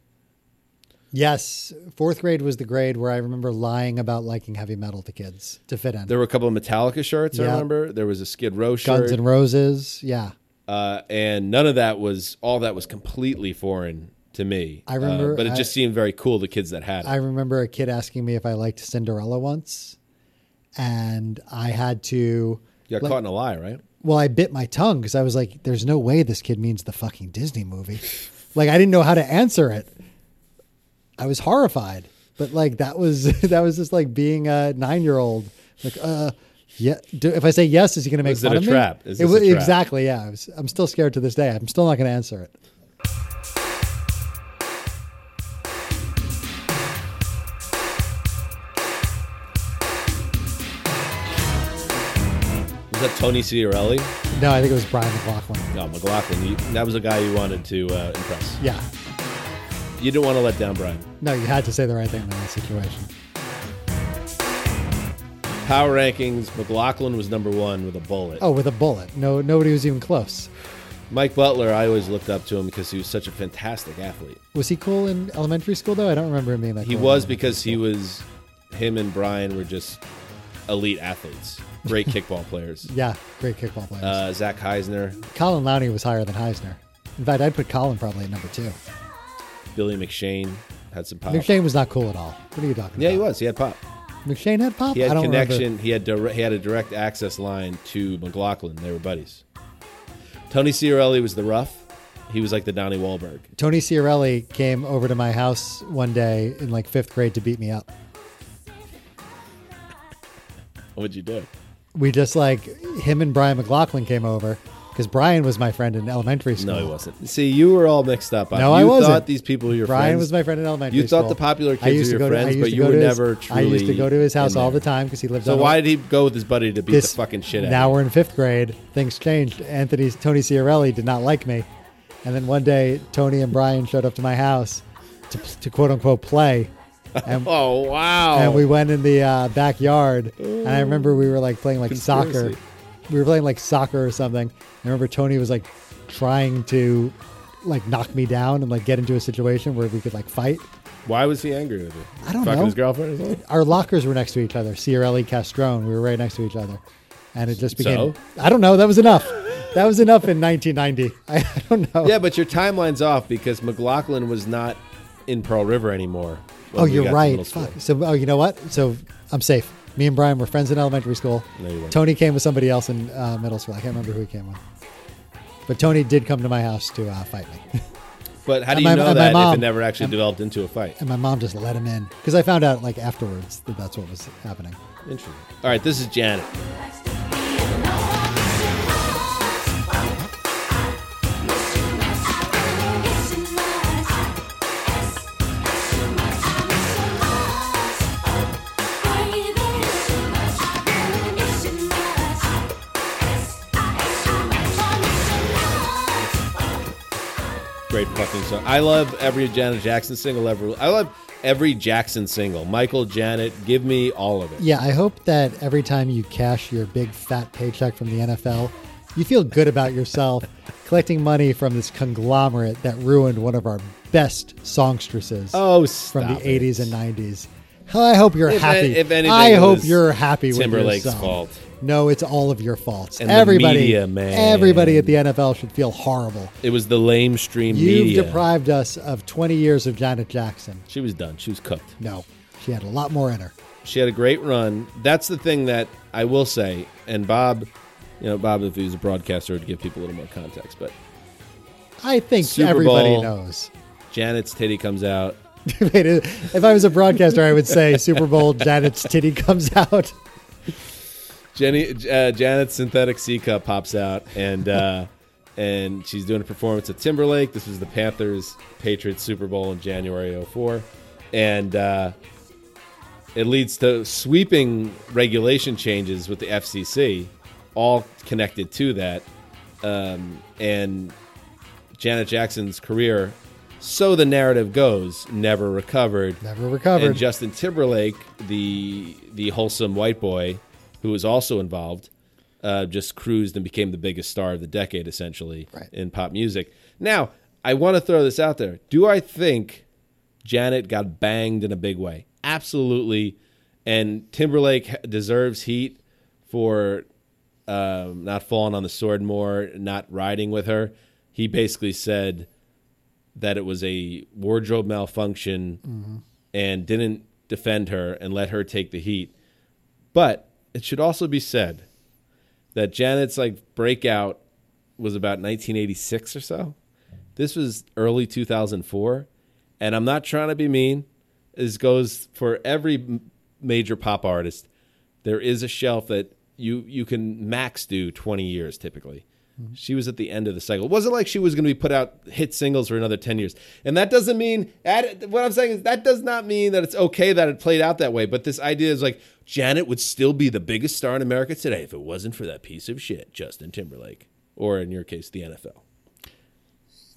Yes, fourth grade was the grade where I remember lying about liking heavy metal to kids to fit in. There were a couple of Metallica shirts. I Yeah. remember there was a Skid Row shirt, Guns and Roses, yeah. uh, and none of that was all that was completely foreign to me. I remember- uh, but it I- just seemed very cool. The kids that had it. I remember a kid asking me if I liked Cinderella once, and I had to. you got like- caught in a lie, right? Well, I bit my tongue because I was like, "There's no way this kid means the fucking Disney movie." like I didn't know how to answer it. I was horrified, but like that was that was just like being a nine year old. Like, uh, yeah. Do, if I say yes, is he going to make Is it fun a of trap? me? Is It this wa- a trap? Exactly. Yeah. I was, I'm still scared to this day. I'm still not going to answer it. Was that Tony Ciarelli? No, I think it was Brian McLaughlin. No, McLaughlin. You, that was a guy you wanted to uh, impress. Yeah. You didn't want to let down Brian. No, you had to say the right thing in that situation. Power rankings: McLaughlin was number one with a bullet. Oh, with a bullet. No, nobody was even close. Mike Butler, I always looked up to him because he was such a fantastic athlete. Was he cool in elementary school though? I don't remember him being that. He cool in was elementary because he school. was, him and Brian were just elite athletes, great kickball players. Yeah, great kickball players. Uh, Zach Heisner, Colin Lowney was higher than Heisner. In fact, I'd put Colin probably at number two. Billy McShane had some pop. McShane was not cool at all. What are you talking Yeah, he about? was. He had pop. was. McShane had pop. He had I don't connection. remember. He had dire- he had a direct access line to McLaughlin. They were buddies. Tony Ciarelli was the rough. He was like the Donnie Wahlberg. Tony Ciarelli came over to my house one day in like fifth grade to beat me up. What'd you do? We just like him and Brian McLaughlin came over because Brian was my friend in elementary school. No, he wasn't. See, you were all mixed up. on No, it. I you wasn't. thought these people were your Brian friends. was my friend in elementary You school. thought the popular I kids used were to your go to- I friends, used but to you go were to his- never I used to truly go to his house in all there. the time because he lived So on a- why did he go with his buddy to beat this the fucking shit out? now of we're in fifth grade things changed anthony's tony ciarelli did not like me and then one day tony and brian showed up to my house to, to quote unquote play you? and, Oh wow! and we went in the uh, backyard and i remember we were like playing like Conspiracy. soccer we were playing like soccer or something i remember tony was like trying to like knock me down and like get into a situation where we could like fight Why was he angry with you? I don't Fucking know. his girlfriend. Or something? our lockers were next to each other. Ciarelli, Castrone, we were right next to each other, and it just became. So? I don't know. That was enough. That was enough in 1990. I, I don't know. yeah, but your timeline's off because McLaughlin was not in Pearl River anymore. when oh, we got you're to middle right. school. Fuck. So, oh, you know what? So I'm safe. Me and Brian were friends in elementary school. No, you weren't. Tony came with somebody else in uh, middle school. I can't remember who he came with. But Tony did come to my house to uh, fight me, But how do And you my- know and my that if it mom- never actually and- developed into a fight? and my mom just let him in because I found out like afterwards that that's what was happening. Interesting. All right, this is Janet. Great fucking song. I love every Janet Jackson single ever. I love every Jackson single. Michael, Janet, give me all of it. Yeah, I hope that every time you cash your big fat paycheck from the NFL, you feel good about yourself collecting money from this conglomerate that ruined one of our best songstresses Oh, stop from the it. 80s and 90s. I hope you're If happy. any- if anything, I it hope was you're happy Timberlake's with yourself. fault. No, it's all of your faults. And the everybody, media, man. everybody at the NFL should feel horrible. It was the lame stream You've media. deprived us of 20 years of Janet Jackson. she was done. She was cooked. No, she had a lot more in her. She had a great run. That's the thing that I will say. And Bob, you know, Bob, if he was a broadcaster, would give people a little more context. But I think Super everybody Bowl. knows. Janet's titty comes out. Wait, if I was a broadcaster, I would say Super Bowl Janet's titty comes out. Jenny, uh, Janet's synthetic C cup pops out, and uh, and she's doing a performance at Timberlake. This was the Panthers Patriots Super Bowl in January 04. and uh, it leads to sweeping regulation changes with the FCC, all connected to that, um, and Janet Jackson's career. So the narrative goes, never recovered. Never recovered. And Justin Timberlake, the the wholesome white boy, who was also involved, uh, just cruised and became the biggest star of the decade, essentially, Right. in pop music. Now, I want to throw this out there. Do I think Janet got banged in a big way? Absolutely. And Timberlake h- deserves heat for um, not falling on the sword more, not riding with her. He basically said that it was a wardrobe malfunction and didn't defend her and let her take the heat. But it should also be said that Janet's like breakout was about 1986 or so. This was early 2004, and I'm not trying to be mean. This goes for every m- major pop artist. There is a shelf that you you can max do 20 years typically. She was at the end of the cycle. It wasn't like she was going to be put out hit singles for another 10 years. And that doesn't mean at, what I'm saying is that does not mean that it's okay that it played out that way, but this idea is like Janet would still be the biggest star in America today if it wasn't for that piece of shit, Justin Timberlake, or in your case, the NFL.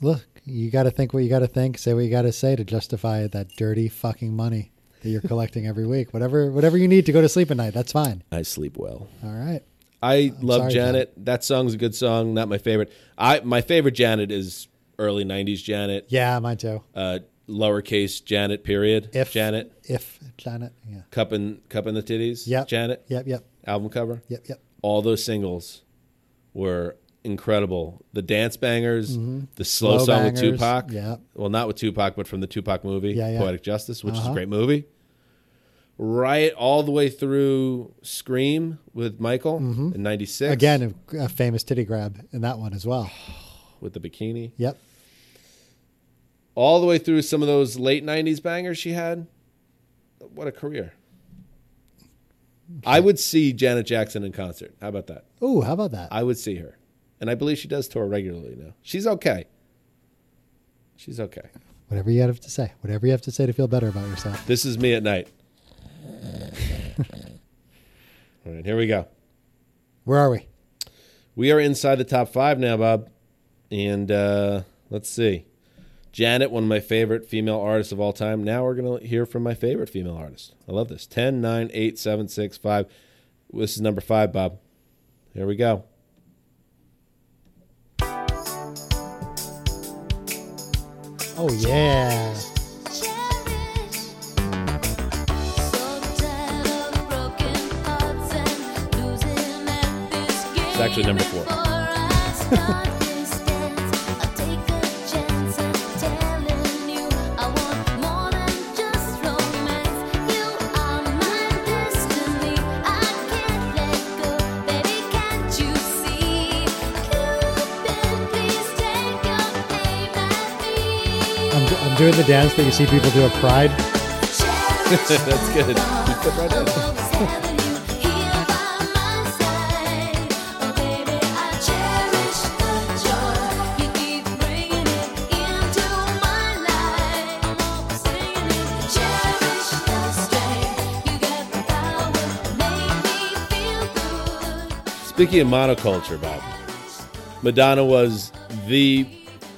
Look, you got to think what you got to think, say what you got to say to justify that dirty fucking money that you're collecting every week. Whatever, whatever you need to go to sleep at night, that's fine. I sleep well. All right. I love sorry, Janet. That song's a good song, not my favorite. I my favorite Janet is early 90s Janet. Yeah, mine too. Uh lowercase Janet period. If Janet if Janet, yeah, cup in cup in the titties. yep. Janet. yep, yep, album cover. yep, yep. All those singles were incredible. The dance bangers, the slow, Slow song with bangers, Tupac. Mm-hmm. yeah. Well, not with Tupac, but from the Tupac movie, Yeah, yeah. Poetic Justice, which is a Uh-huh. great movie. Riot all the way through Scream with Michael in 96. Mm-hmm. Again, a, a famous titty grab in that one as well. With the bikini. Yep. All the way through some of those late 90s bangers she had. What a career. I would see Janet Jackson in concert. How about that? Ooh, how about that? I would see her. And I believe she does tour regularly now. She's okay. She's okay. Whatever you have to say, whatever you have to say to feel better about yourself. This is me at night. All right, here we go. Where are we? We are inside the top five now, Bob. And uh, let's see. Janet, one of my favorite female artists of all time. Now we're going to hear from my favorite female artist. I love this. 10, 9, 8, 7, 6, 5. This is number five, Bob. Here we go. Oh yeah, It's actually number four. I'm, do- I'm doing the dance that you see people do at Pride. That's good. Speaking of monoculture, Bob, Madonna was the,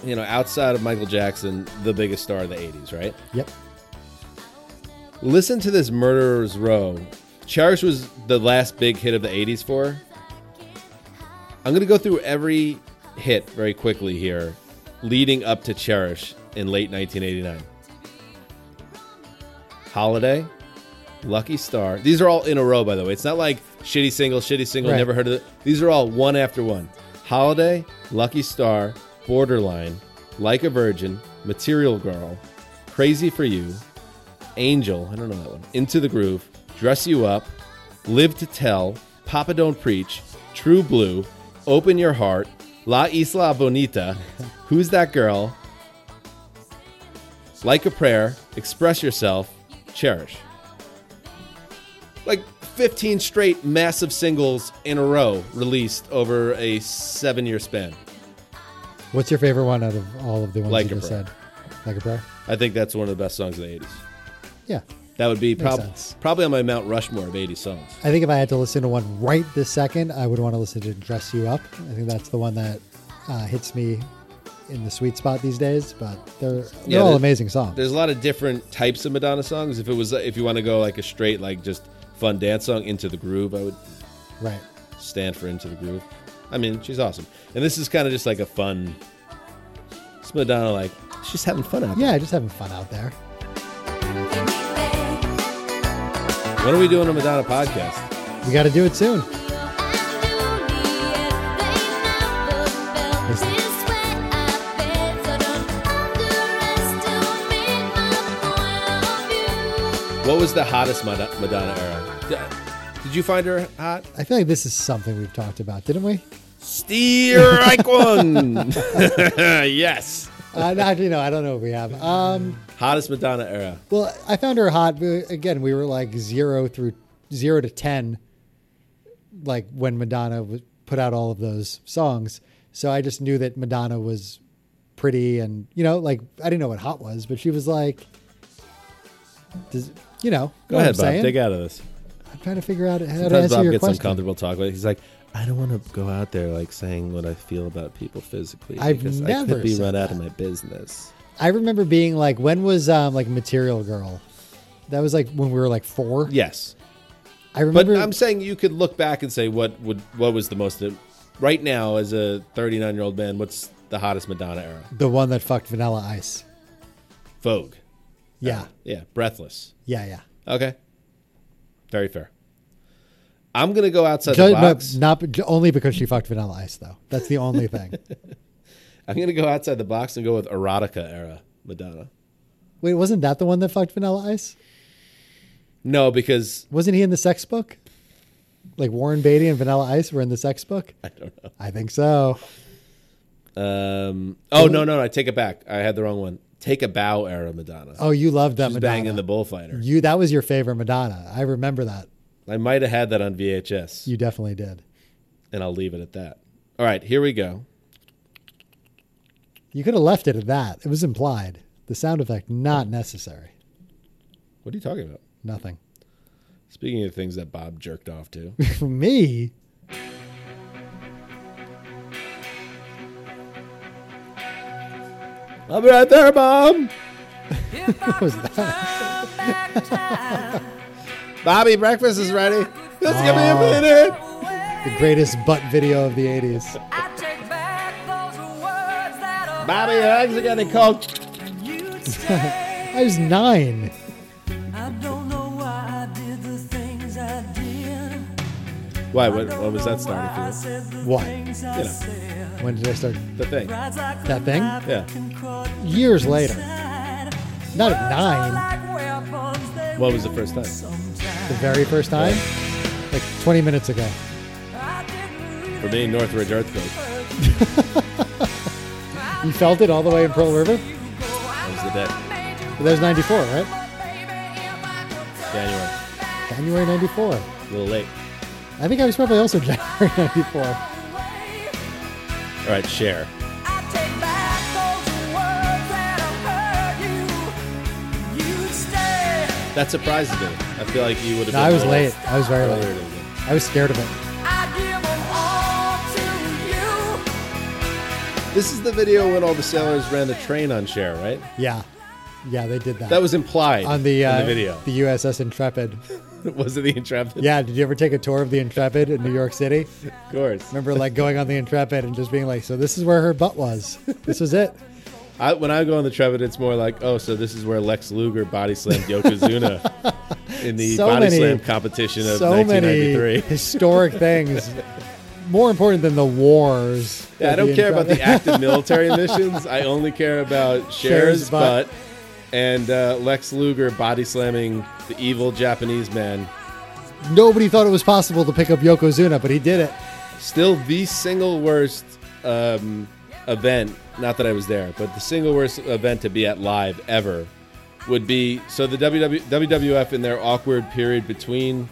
you know, outside of Michael Jackson, the biggest star of the 80s, right? Yep. Listen to this Murderer's Row. Cherish was the last big hit of the 80s for her. I'm going to go through every hit very quickly here, leading up to Cherish in late 1989. Holiday, Lucky Star. These are all in a row, by the way. It's not like shitty single, shitty single, Right. never heard of it. These are all one after one. Holiday, Lucky Star, Borderline, Like a Virgin, Material Girl, Crazy for You, Angel, I don't know that one. Into the Groove, Dress You Up, Live to Tell, Papa Don't Preach, True Blue, Open Your Heart, La Isla Bonita, Who's That Girl, Like a Prayer, Express Yourself, Cherish. Like 15 straight massive singles in a row released over a seven year span. What's your favorite one out of all of the ones Like you a just Prayer. said? Like a prayer. I think that's one of the best songs in the 80s. Yeah. That would be prob- sense. probably on my Mount Rushmore of 80 songs. I think if I had to listen to one right this second, I would want to listen to "Dress You Up." I think that's the one that uh, hits me in the sweet spot these days. But they're they're Yeah, all there- amazing songs. There's a lot of different types of Madonna songs. If it was, if you want to go like a straight, like just fun dance song, "Into the Groove," I would Right. Stanford into the groove. I mean, she's awesome. And this is kind of just like a fun. It's Madonna, like she's having fun out there. Yeah, just having fun out there. When are we doing a Madonna podcast? We got to do it soon. What was the hottest Mad- Madonna era? D- Did you find her hot? I feel like this is something we've talked about, didn't we? Strike one. yes. Uh, not, you know, I don't know if we have. Um, Hottest Madonna era. well, I found her hot. But again, we were like zero through zero to ten, like when Madonna w- put out all of those songs. So I just knew that Madonna was pretty, and you know, like I didn't know what hot was, but she was like, does, you know, Go what ahead, I'm Bob. saying? Dig out of this. I'm trying to figure out how to Sometimes answer Bob your gets question. uncomfortable talking about it. He's like, I don't want to go out there like saying what I feel about people physically I've because I never could be said run out of my business. I remember being like, when was um, like Material Girl? That was like when we were like four. Yes, I but remember. I'm saying you could look back and say what would what was the most uh, right now as a 39 year old man. What's the hottest Madonna era? the one that fucked Vanilla Ice. Vogue. Yeah. Yeah, breathless. Yeah, yeah. Okay, very fair. I'm gonna go outside Ju- the no, box. not be- ju- only because she fucked Vanilla Ice though. That's the only thing. I'm gonna go outside the box and go with erotica era Madonna. Wait, wasn't that the one that fucked Vanilla Ice? No, because Wasn't he in the sex book? Like Warren Beatty and Vanilla Ice were in the sex book. I don't know. I think so. Um. Oh no, no, no! I take it back. I had the wrong one. Take a bow, era Madonna. Oh, you loved that She's Madonna. banging the bullfighter. you that was your favorite Madonna. I remember that. I might have had that on VHS, You definitely did. and I'll leave it at that. All right, here we go. You could have left it at that. It was implied. The sound effect not necessary. What are you talking about? Nothing. Speaking of things that Bob jerked off to, For me, I'll be right there, Bob. what was that? Bobby, breakfast is ready. Just give me a Oh. minute. The greatest butt video of the 80s. Bobby, your eggs are getting cold. I was nine. I don't know why I did the things I did. Why? What, what was that starting for? What? You know, When did I start? the thing. That thing? Yeah. Years later. Not at nine, What was the first time? the very first time. Like 20 minutes ago. For me, Northridge earthquake You felt it all the way in Pearl River? That was the day. But that was 94, right? January. January 94. A little late. I think I was probably also January 94. All right, share. That surprises me. I feel like you would have. No, been I was earlier. late. I was very Earlier late. to the game. I was scared of it. This is the video when all the sailors ran the train on Cher, right? Yeah. Yeah, they did that. That was implied on the, in uh, the video. the USS Intrepid. was it the Intrepid? Yeah, did you ever take a tour of the Intrepid in New York City? of course. Remember, like going on the Intrepid and just being like, "So this is where her butt was. This was it." I, when I go on the Intrepid, it's more like, oh, so this is where Lex Luger body slammed Yokozuna in the So body many- slam competition of so many 1993. historic things. More important than the wars. Yeah, I that don't care about the Intrepid- active military missions. I only care about Cher's Cher's butt. butt and uh, Lex Luger body slamming the evil Japanese man. Nobody thought it was possible to pick up Yokozuna, but he did it. Still the single worst um, event, not that I was there, but the single worst event to be at live ever would be so the WW, WWF in their awkward period between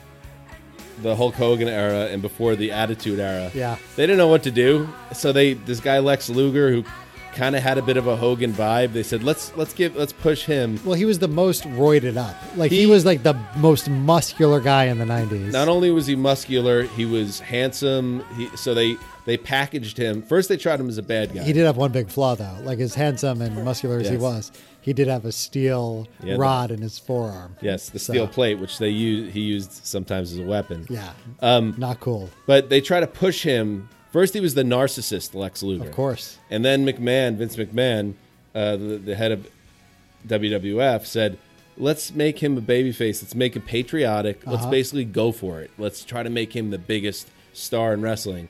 the Hulk Hogan era and before the Attitude era. Yeah. They didn't know what to do. So they this guy Lex Luger who kind of had a bit of a Hogan vibe, they said let's let's give let's push him Well, he was the most roided up. Like he, He- was like the most muscular guy in the '90s. Not only was he muscular, he was handsome. He, so they They packaged him. First, they tried him as a bad guy. He did have one big flaw though. Like as handsome and muscular as he Yes. was, he did have a steel Yeah, the- rod in his forearm. Yes, the So, steel plate, which they use, he used sometimes as a weapon. Yeah. Um, not cool. But they try to push him. First, he was the narcissist, Lex Luthor. Of course. And then McMahon, Vince McMahon, uh, the, the head of WWF, said, "Let's make him a babyface. Let's make him patriotic. Let's basically go for it. Let's try to make him the biggest star in wrestling."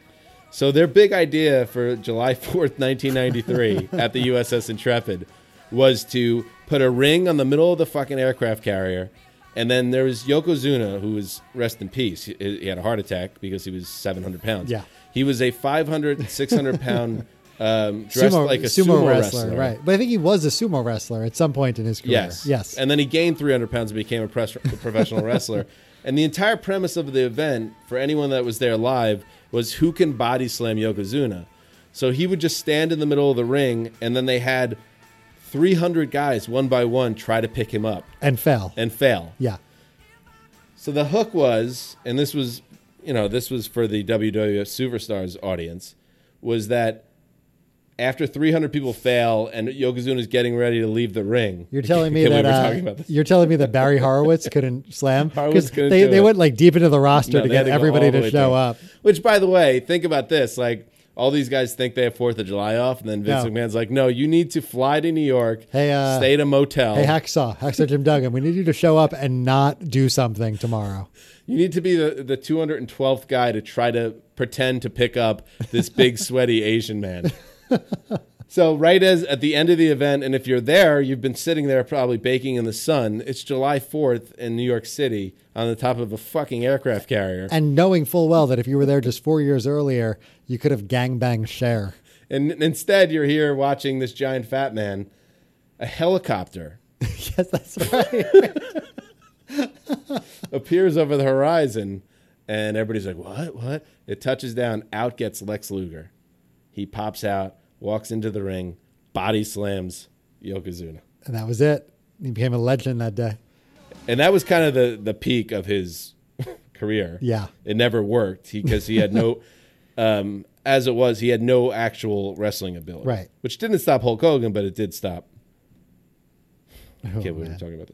So their big idea for July Fourth, nineteen ninety-three, at the USS Intrepid, was to put a ring on the middle of the fucking aircraft carrier. And then there was Yokozuna, who was rest in peace. He, he had a heart attack because he was 700 pounds. Yeah. He was a 500, 600 pound um, dressed like a sumo, wrestler, right? But I think he was a sumo wrestler at some point in his career. Yes, yes. And then he gained 300 pounds and became a pres- professional wrestler. And the entire premise of the event, for anyone that was there live, was who can body slam Yokozuna. So he would just stand in the middle of the ring, and then they had 300 guys one by one try to pick him up and fell. and fail. yeah, So the hook was, and this was, you know, this was for the WWF Superstars audience, was that after 300 people fail and Yokozuna is getting ready to leave the ring. you're telling me I can't that believe we're uh, talking about this. you're telling me that Barry Horowitz couldn't slam Horowitz couldn't they do they it. went like deep into the roster No, to they had get go everybody all the to way show through. up. Which, by the way, think about this: like all these guys think they have Fourth of July off, and then Vince No. McMahon's like, "No, you need to fly to New York, Hey, uh, stay at a motel. Hey, Hacksaw, Hacksaw Jim Duggan, we need you to show up and not do something tomorrow. you need to be the the two hundred and twelfth guy to try to pretend to pick up this big sweaty Asian man." So right as at the end of the event, and if you're there, you've been sitting there probably baking in the sun. It's July 4th in New York City on the top of a fucking aircraft carrier. And knowing full well that if you were there just four years earlier, you could have gangbanged Cher. And instead, you're here watching this giant fat man, a helicopter yes, that's right. appears over the horizon, and everybody's like, "What? What?" It touches down. Out gets Lex Luger. He pops out, walks into the ring, body slams Yokozuna, and that was it. He became a legend that day. and that was kind of the the peak of his career. Yeah. it never worked because he had no. um, as it was, he had no actual wrestling ability. Right. Which didn't stop Hulk Hogan, but it did stop. I can't believe we're Oh, man. talking about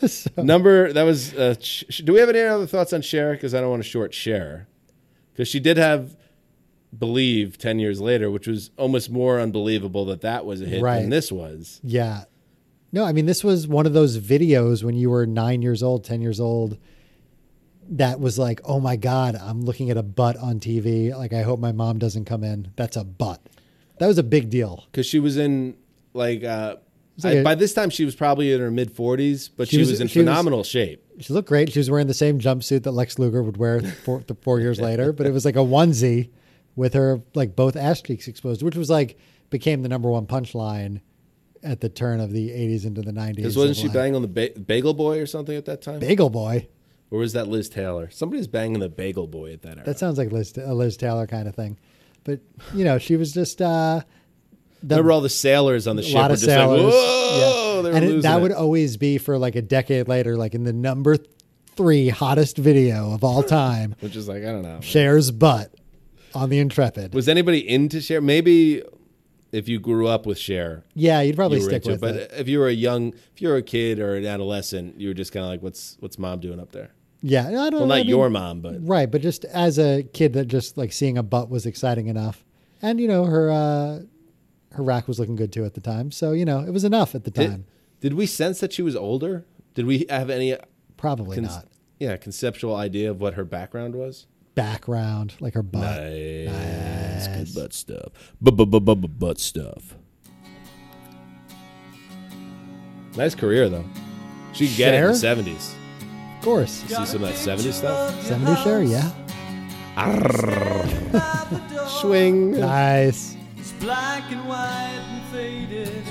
this. All right. Number that was. Uh, sh- sh- do we have any other thoughts on Cher? Because I don't want to short Cher, because she did have "Believe" ten years later, which was almost more unbelievable that that was a hit Right. than this was. Yeah. No, I mean, this was one of those videos when you were nine years old, 10 years old, that was like, oh my God, I'm looking at a butt on TV. Like, I hope my mom doesn't come in. That's a butt. That was a big deal. Because she was in like, uh, like I- a- by this time she was probably in her mid forties, but She she, was- was, in she was- phenomenal shape. She looked great. She was wearing the same jumpsuit that Lex Luger would wear four, the four years later, but it was like a onesie with her, like, both ass cheeks exposed, which was like, became the number one punchline at the turn of the 80s into the 90s. Because wasn't of, she like, banging on the ba- Bagel Boy or something at that time? Bagel Boy? or was that Liz Taylor? Somebody was banging the Bagel Boy at that era. That sounds like Liz, a Liz Taylor kind of thing. But, you know, she was just uh, the, Remember all the sailors on the a ship lot were of just sailors. like, whoa, Yeah. they were and it- losing that it. would always be for like a decade later, like in the number th- three hottest video of all time, which is like I don't know. Cher's butt on the Intrepid. Was anybody into Cher? Maybe if you grew up with Cher, yeah, you'd probably you were stick into with it. But it. if you were a young, if you were a kid or an adolescent, you were just kind of like, "What's what's mom doing up there?" Yeah, I don't. Well, not I mean- your mom, but right? But just as a kid, that just like seeing a butt was exciting enough, and you know her uh, her rack was looking good too at the time, so you know it was enough at the time. did, did we sense that she was older? Did we have any, probably cons- not yeah, conceptual idea of what her background was? background like her butt. Nice, good butt stuff. Butt stuff. Nice career though. She could get it in Cher? the seventies. Of course, See some of that seventies stuff. seventy share. Yeah, Swing. nice. It's black and white and faded,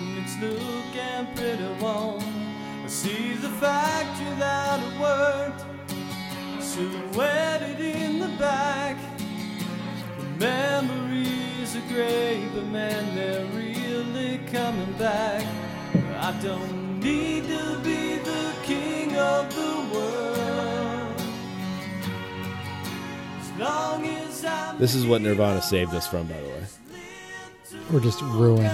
and it's looking pretty warm. I see the factory that it worked, silhouetted in the back. The memories are great, but man, they're really coming back. I don't need to be the king of the world. As long as I'm This is what Nirvana saved us from, by the way. We're just ruined.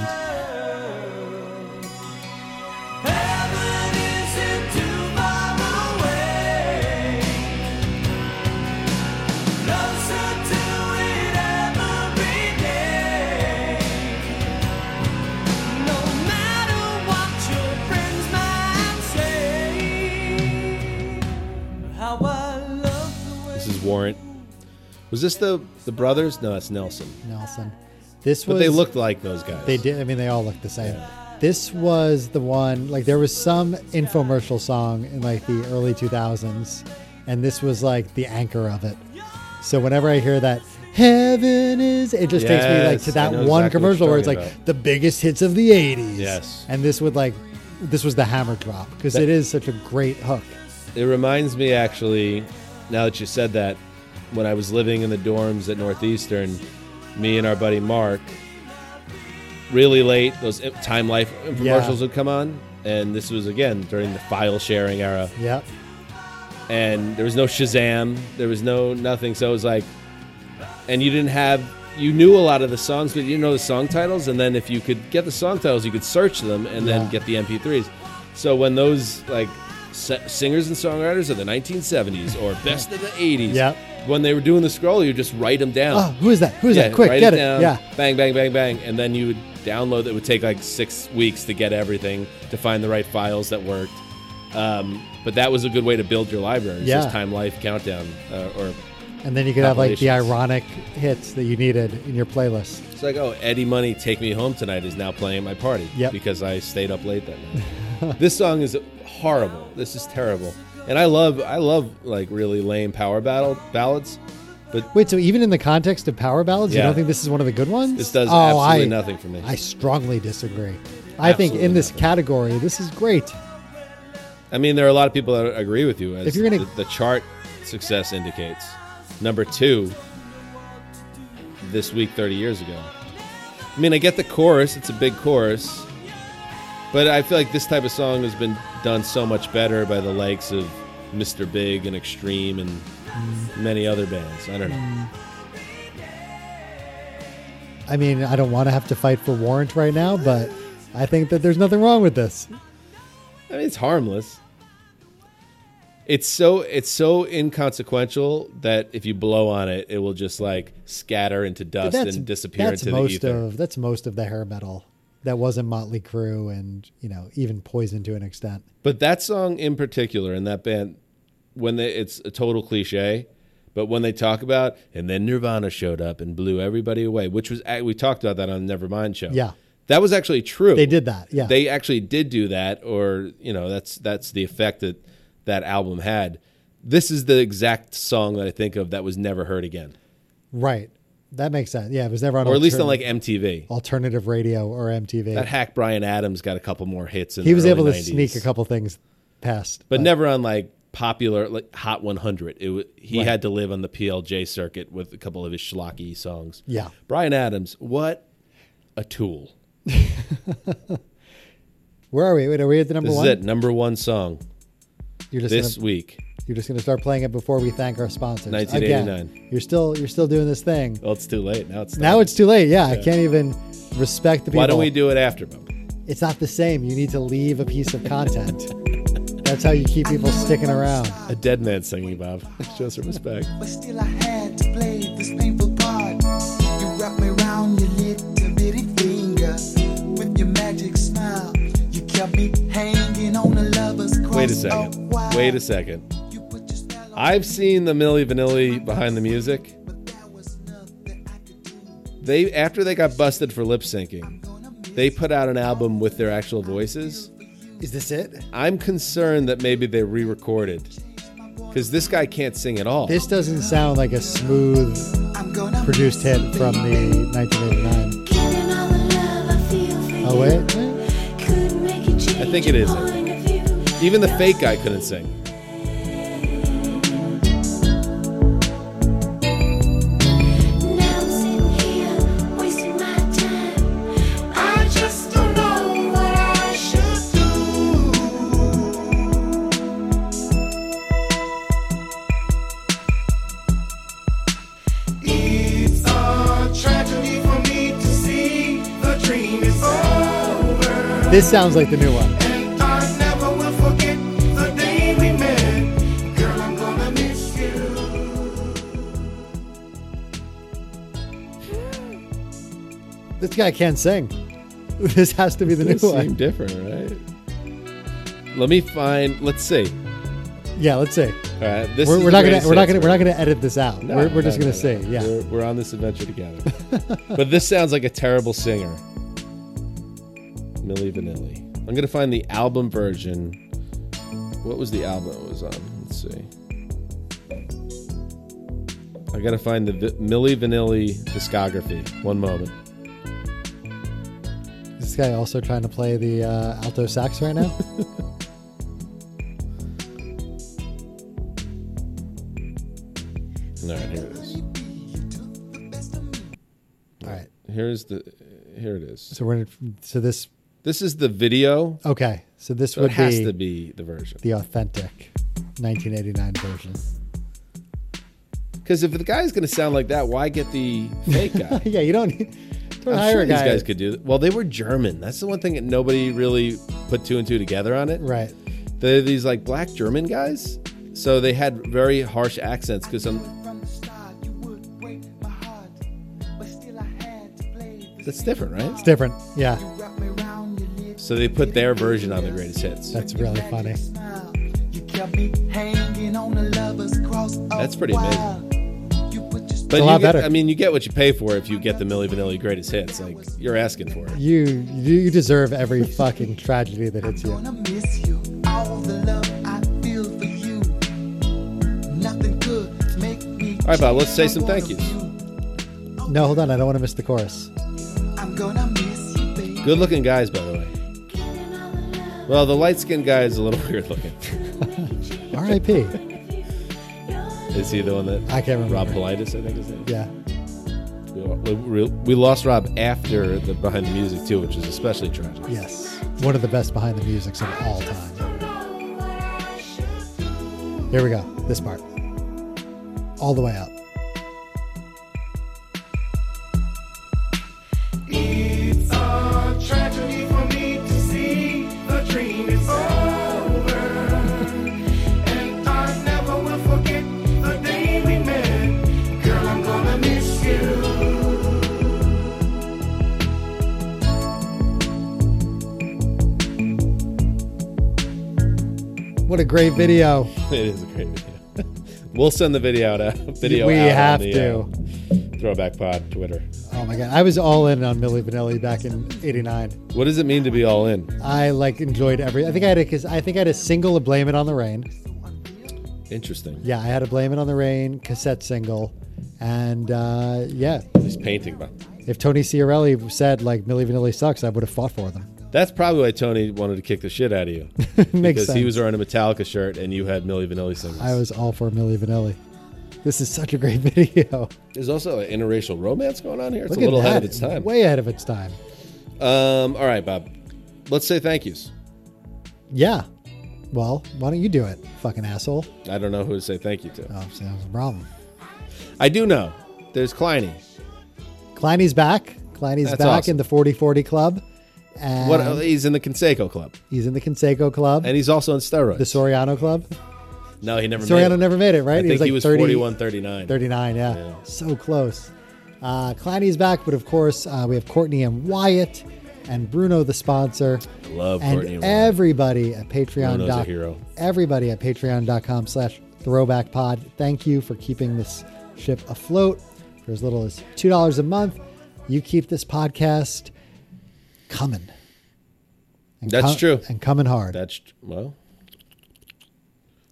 Heaven isn't too far away. Closer to it every day. No matter what your friends might say, how I love the way This is Warrant. Was this the the brothers? No, that's Nelson. Nelson. This was But they looked like those guys. They did. I mean, they all looked the same. This was the one. Like there was some infomercial song in like the early 2000s, and this was like the anchor of it. So whenever I hear that "Heaven is," it just takes me like Yes, to I that know one exactly what commercial you're where it's like talking about. the biggest hits of the 80s. Yes. And this would like, this was the hammer drop because That- it is such a great hook. It reminds me, actually, now that you said that, when I was living in the dorms at Northeastern, me and our buddy Mark, really late, those i- Time Life infomercials would come on. And this was, again, during the file sharing era. Yep. And there was no Shazam, there was no nothing. So it was like, and you didn't have, you knew a lot of the songs, but you didn't know the song titles. And then if you could get the song titles, you could search them and Yeah. then get the MP3s. So when those, like, se- Singers and songwriters of the 1970s or best of the 80s. Yep. When they were doing the scroll, you just write them down. Oh, who is that? Who is that? Quick, write get it. down, Yeah. Bang, bang, bang, bang. And then you would download it. would take like six weeks to get everything, to find the right files that worked. Um, but that was a good way to build your library. Yeah. Just Time Life Countdown. Uh, or And then you could have like the Compilations. ironic hits that you needed in your playlist. it's like, oh, Eddie Money, Take Me Home Tonight is now playing at my party. Yep. Because I stayed up late that night. this song is horrible. This is terrible. And I love, I love like really lame power battle ballads. Wait, so even in the context of power ballads, you Yeah. don't think this is one of the good ones? Oh, This does absolutely I- nothing for me. I strongly disagree. I think Absolutely in this nothing. category, this is great. I mean, there are a lot of people that agree with you. As If you're gonna- the, the chart success indicates, number two, this week thirty years ago. I mean, I get the chorus; it's a big chorus, but I feel like this type of song has been done so much better by the likes of Mr. Big and Extreme and Mm. many other bands. I don't know. I mean, I don't want to have to fight for warrant right now, but I think that there's nothing wrong with this. I mean, it's harmless. It's so it's so inconsequential that if you blow on it, it will just like scatter into dust and disappear that's into the most ether. of that's most of the hair metal that wasn't Motley Crue and you know even Poison to an extent. But that song in particular, and that band, when they, it's a total cliche, but when they talk about, and then Nirvana showed up and blew everybody away, which was we talked about that on Nevermind show. Yeah. that was actually true. They did that, yeah. they actually did do that, or you know, that's that's the effect that that album had. This is the exact song that I think of that was never heard again, Right, that makes sense. Yeah, it was never on or at least on altern- like MTV. alternative radio or MTV. That hack Brian Adams got a couple more hits. In he the was early able to 90s. sneak a couple things past, but never on like popular like Hot 100. It wa- he had to live on the PLJ circuit with a couple of his schlocky songs. Yeah. Brian Adams, what a tool! Where are we? Wait, are we at the number This one? is it, number one song You're just this gonna, week. you're just gonna start playing it before we thank our sponsors. 1989. Again, you're still you're still doing this thing. Well, it's too late now. It's Now done. it's too late. Yeah, I can't even respect the people. Why don't we do it after? Bob? It's not the same. You need to leave a piece of content. That's how you keep people sticking around. A dead man singing, Bob. Show some respect. but still I had to play this painful part. You wrap me round your little bitty finger with your magic smile. You kept me hanging on a lover's cross. Wait a second. Wait a second. I've seen the Milli Vanilli behind the music. They after they got busted for lip syncing, they put out an album with their actual voices. Is this it? I'm concerned that maybe they re-recorded because this guy can't sing at all. This doesn't sound like a smooth I'm gonna produced hit from the 1989. Oh wait, I think it is. Even the fake guy couldn't sing. I just don't know what I should do. It's This sounds like the new one. I never will forget the day we met. Girl, I'm gonna miss you. This guy can't sing. This has to be the new They seem one. different, right? Let me find. Let's see. Yeah, let's see. All right, this We're, is the we're not gonna greatest we're not hits, gonna we're right? not gonna edit this out. No, we're we're no, just gonna no, say no. yeah. We're, we're on this adventure together. but this sounds like a terrible singer. Millie Vanilli. I'm gonna find the album version. What was the album it was on? Let's see. I gotta find the v- Millie Vanilli discography. One moment. Is this guy also trying to play the uh, alto sax right now? All right, here it is. All right. Here's the. Here it is. So we're so this This is the video. okay. So this So it would has be to be the version. the authentic 1989 version. Because if the guy's gonna sound like that, why get the fake guy? Yeah, you don't need don't I'm hire sure a guy. these guys could do that. Well, they were German. That's the one thing that nobody really put two and two together on it. Right. They're these like black German guys. So they had very harsh accents because From the start, you would break my heart, but still I had to play this that's different, right? It's different. Yeah. You wrap me round your lips. So they put their version on the greatest hits. That's really funny. Smile. You kept me hanging on the lover's cross. a That's pretty amazing. while. You put your But a you lot get- better. I mean, you get what you pay for if you get the Milli Vanilli greatest hits. Like you're asking for it. You you you deserve every fucking tragedy that hits you. gonna miss you. All the love I feel for you. Nothing could make me. All right, Bob, let's say change some my thank point yous. of view. No, hold on. I don't want to miss the chorus. I'm gonna miss you, baby. Good looking guys, by the way. Well, the light skinned guy is a little weird looking. R.I.P. Is he the one that I can't remember. Rob Politis, I think his name. Yeah. We- We we lost Rob after the behind the music too, which is especially tragic. Yes. One of the best behind the musics of all time. Here we go. This part. All the way up. It's a tragedy for me to see the dream is over. And I never will forget the day we met. Girl, I'm gonna miss you. What a great video. It is a great video. we'll send the video out. uh, Video we out on have the, to. uh, Throwback Pod Twitter. Oh my god. I was all in on Millie Vanilli back in 89. What does it mean to be all in? I like enjoyed every I think I had a cause I think I had a single of Blame It on the Rain. Interesting. Yeah, I had a Blame It on the Rain cassette single. And uh, yeah, He's painting, but if Tony Ciarelli said like Millie Vanilli sucks, I would have fought for them. that's probably why Tony wanted to kick the shit out of you. Makes because he sense. was wearing a Metallica shirt and you had Milli Vanilli singles. I was all for Millie Vanilli. This is such a great video. There's also an interracial romance going on here. It's Look a little at that. ahead of its time. Way ahead of its time. Um. All right, Bob. Let's say thank yous. Yeah. Well, why don't you do it, fucking asshole? I don't know who to say thank you to. Oh, so that was a problem. I do know. There's Kleiny. Kleiny's back. Kleiny's That's back awesome. in the 4040 Club. And What? he's in the Conseco Club, he's in the Conseco Club, and he's also on steroids. the Soriano Club. no, he never. made Soriano it. never made it, right? I think he was 30 41, 39. 39, yeah. Yeah. So close. Uh, Kleiny's back, but of course, uh, we have Courtney and Wyatt and Bruno, the sponsor. Love and Courtney and Wyatt. everybody at Patreon. Bruno's a doc- hero. Everybody at patreon.com slash throwback pod. Thank you for keeping this ship afloat for as little as $2 a month. You keep this podcast coming. And That's com- true. And coming hard. That's well.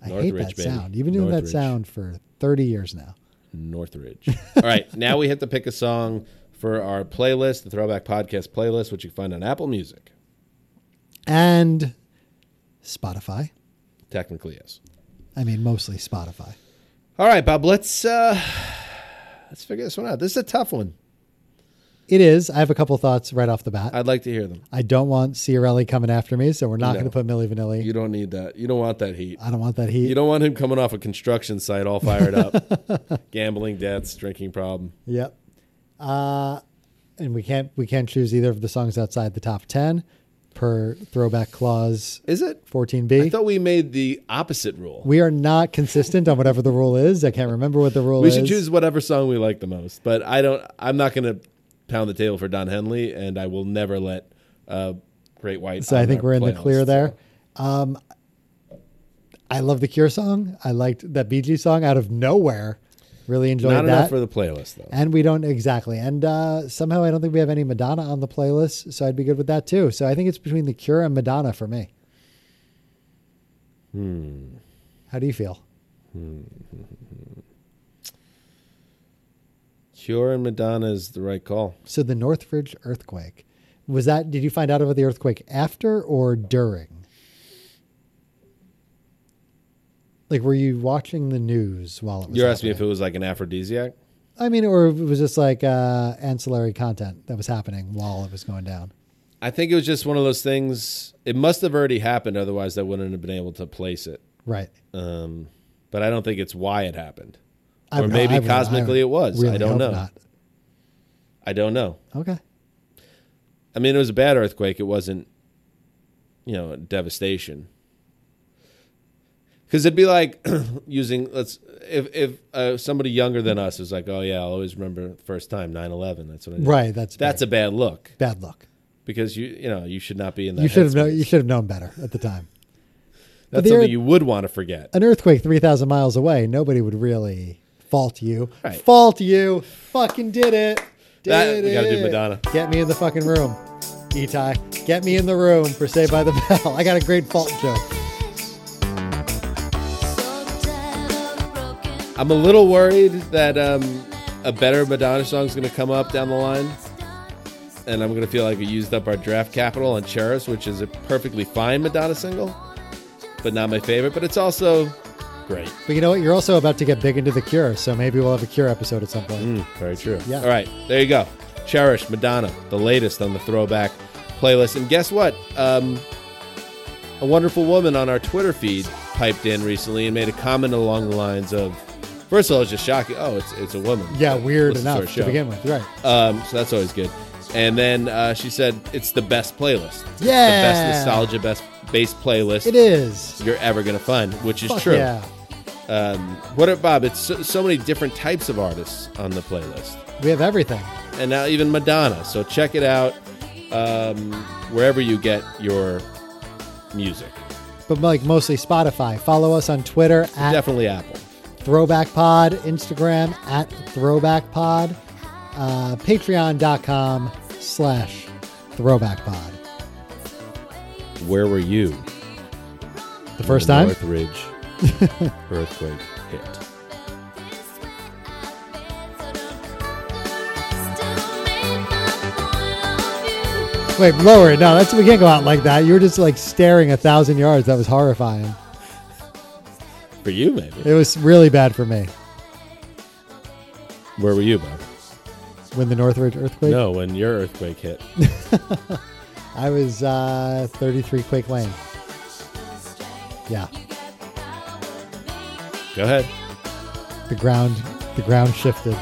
I hate Northridge, that baby. sound. You've been doing Northridge. that sound for 30 years now. Northridge. All right, now we have to pick a song for our playlist, the Throwback Podcast playlist, which you can find on Apple Music. And Spotify. Technically, yes. I mean, mostly Spotify. All right, Bob. Let's uh let's figure this one out. This is a tough one. It is. I have a couple thoughts right off the bat. I, I'd like to hear them. don't want Ciarelli coming after me, so we're not No. going to put Milli Vanilli. You don't need that. You don't want that heat. I don't want that heat. You don't want him coming off a construction site all fired up, gambling debts, drinking problem. Yep. Uh, and we can't we can't choose either of the songs outside the top ten. per throwback clause Is it? I 14b. thought we made the opposite rule. we are not consistent on whatever the rule is. I can't remember what the rule We is. should choose whatever song we like the most. But I don't. I'm not going to pound the table for Don Henley, and I will never let uh, Great White. So I on think our we're in the playlist. clear there. Um, I love the Cure song. I liked that Bee Gees song out of nowhere. Really enjoyed Not enough that. for the playlist though. and we don't exactly. And uh, somehow I don't think we have any Madonna on the playlist, so I'd be good with that too. So I think it's between the Cure and Madonna for me. Hmm. How do you feel? Cure and Madonna is the right call. So the Northridge earthquake was that? Did you find out about the earthquake after or during? Like, were you watching the news while it was? You're asking me if happening? it was like an aphrodisiac. I mean, or if it was just like uh, ancillary content that was happening while it was going down. I think it was just one of those things. It must have already happened, otherwise I wouldn't have been able to place it. Right. Um, but I don't think it's why it happened. I- or maybe I would- I cosmically it was. really I don't hope know. not. I don't know. Okay. I mean, it was a bad earthquake. It wasn't, you know, devastation. Because it'd be like using let's if if uh, somebody younger than us is like, oh yeah, I'll always remember the first time 9-11. That's what I did. Right. That's That's a bad look bad look. because you you know you should not be in that. You should have known. headspace. You should have known better at the time. That's the something earth- you would want to forget. An earthquake three thousand miles away. Nobody would really fault you. Right. Fault you. Fucking did it. Did That- we gotta do it. Madonna. Get me in the fucking room, Etai. Get me in the room for Saved by the Bell. I got a great fault joke. I'm a little worried that um, a better Madonna song is going to come up down the line, and I'm going to feel like we used up our draft capital on Cherish, which is a perfectly fine Madonna single, but not my favorite. But it's also great. But you know what? You're also about to get big into the Cure, so maybe we'll have a Cure episode at some point. Very true. Yeah. All right, there you go. Cherish Madonna, the latest on the throwback playlist. And guess what? Um, a wonderful woman on our Twitter feed piped in recently and made a comment along the lines of, first of all, it's just shocking. Oh, it's it's a woman. Yeah, weird Listens to our enough to show. begin with. Right. Um, so that's always good. And then uh, she said, "It's the best playlist. It's Yeah. the best nostalgia, best bass playlist It is. you're ever gonna find, which is Fuck true. Yeah. Um, what are Bob? It's so, so many different types of artists on the playlist, We have everything. and now even Madonna. So check it out um, wherever you get your music. But like mostly Spotify. Follow us on Twitter at Definitely Apple. Throwback Pod, Instagram at Throwback Pod, uh, Patreon.com slash Throwback Pod. Where were you? The first time? Northridge earthquake hit. Wait, lower it. No, that's we can't go out like that. You were just like staring a thousand yards. That was horrifying. For you, maybe. It was really bad for me Where were you, Bob? when the Northridge earthquake. No, when your earthquake hit. I was uh, 33 Quake Lane. Yeah, Go ahead. the ground, the ground shifted.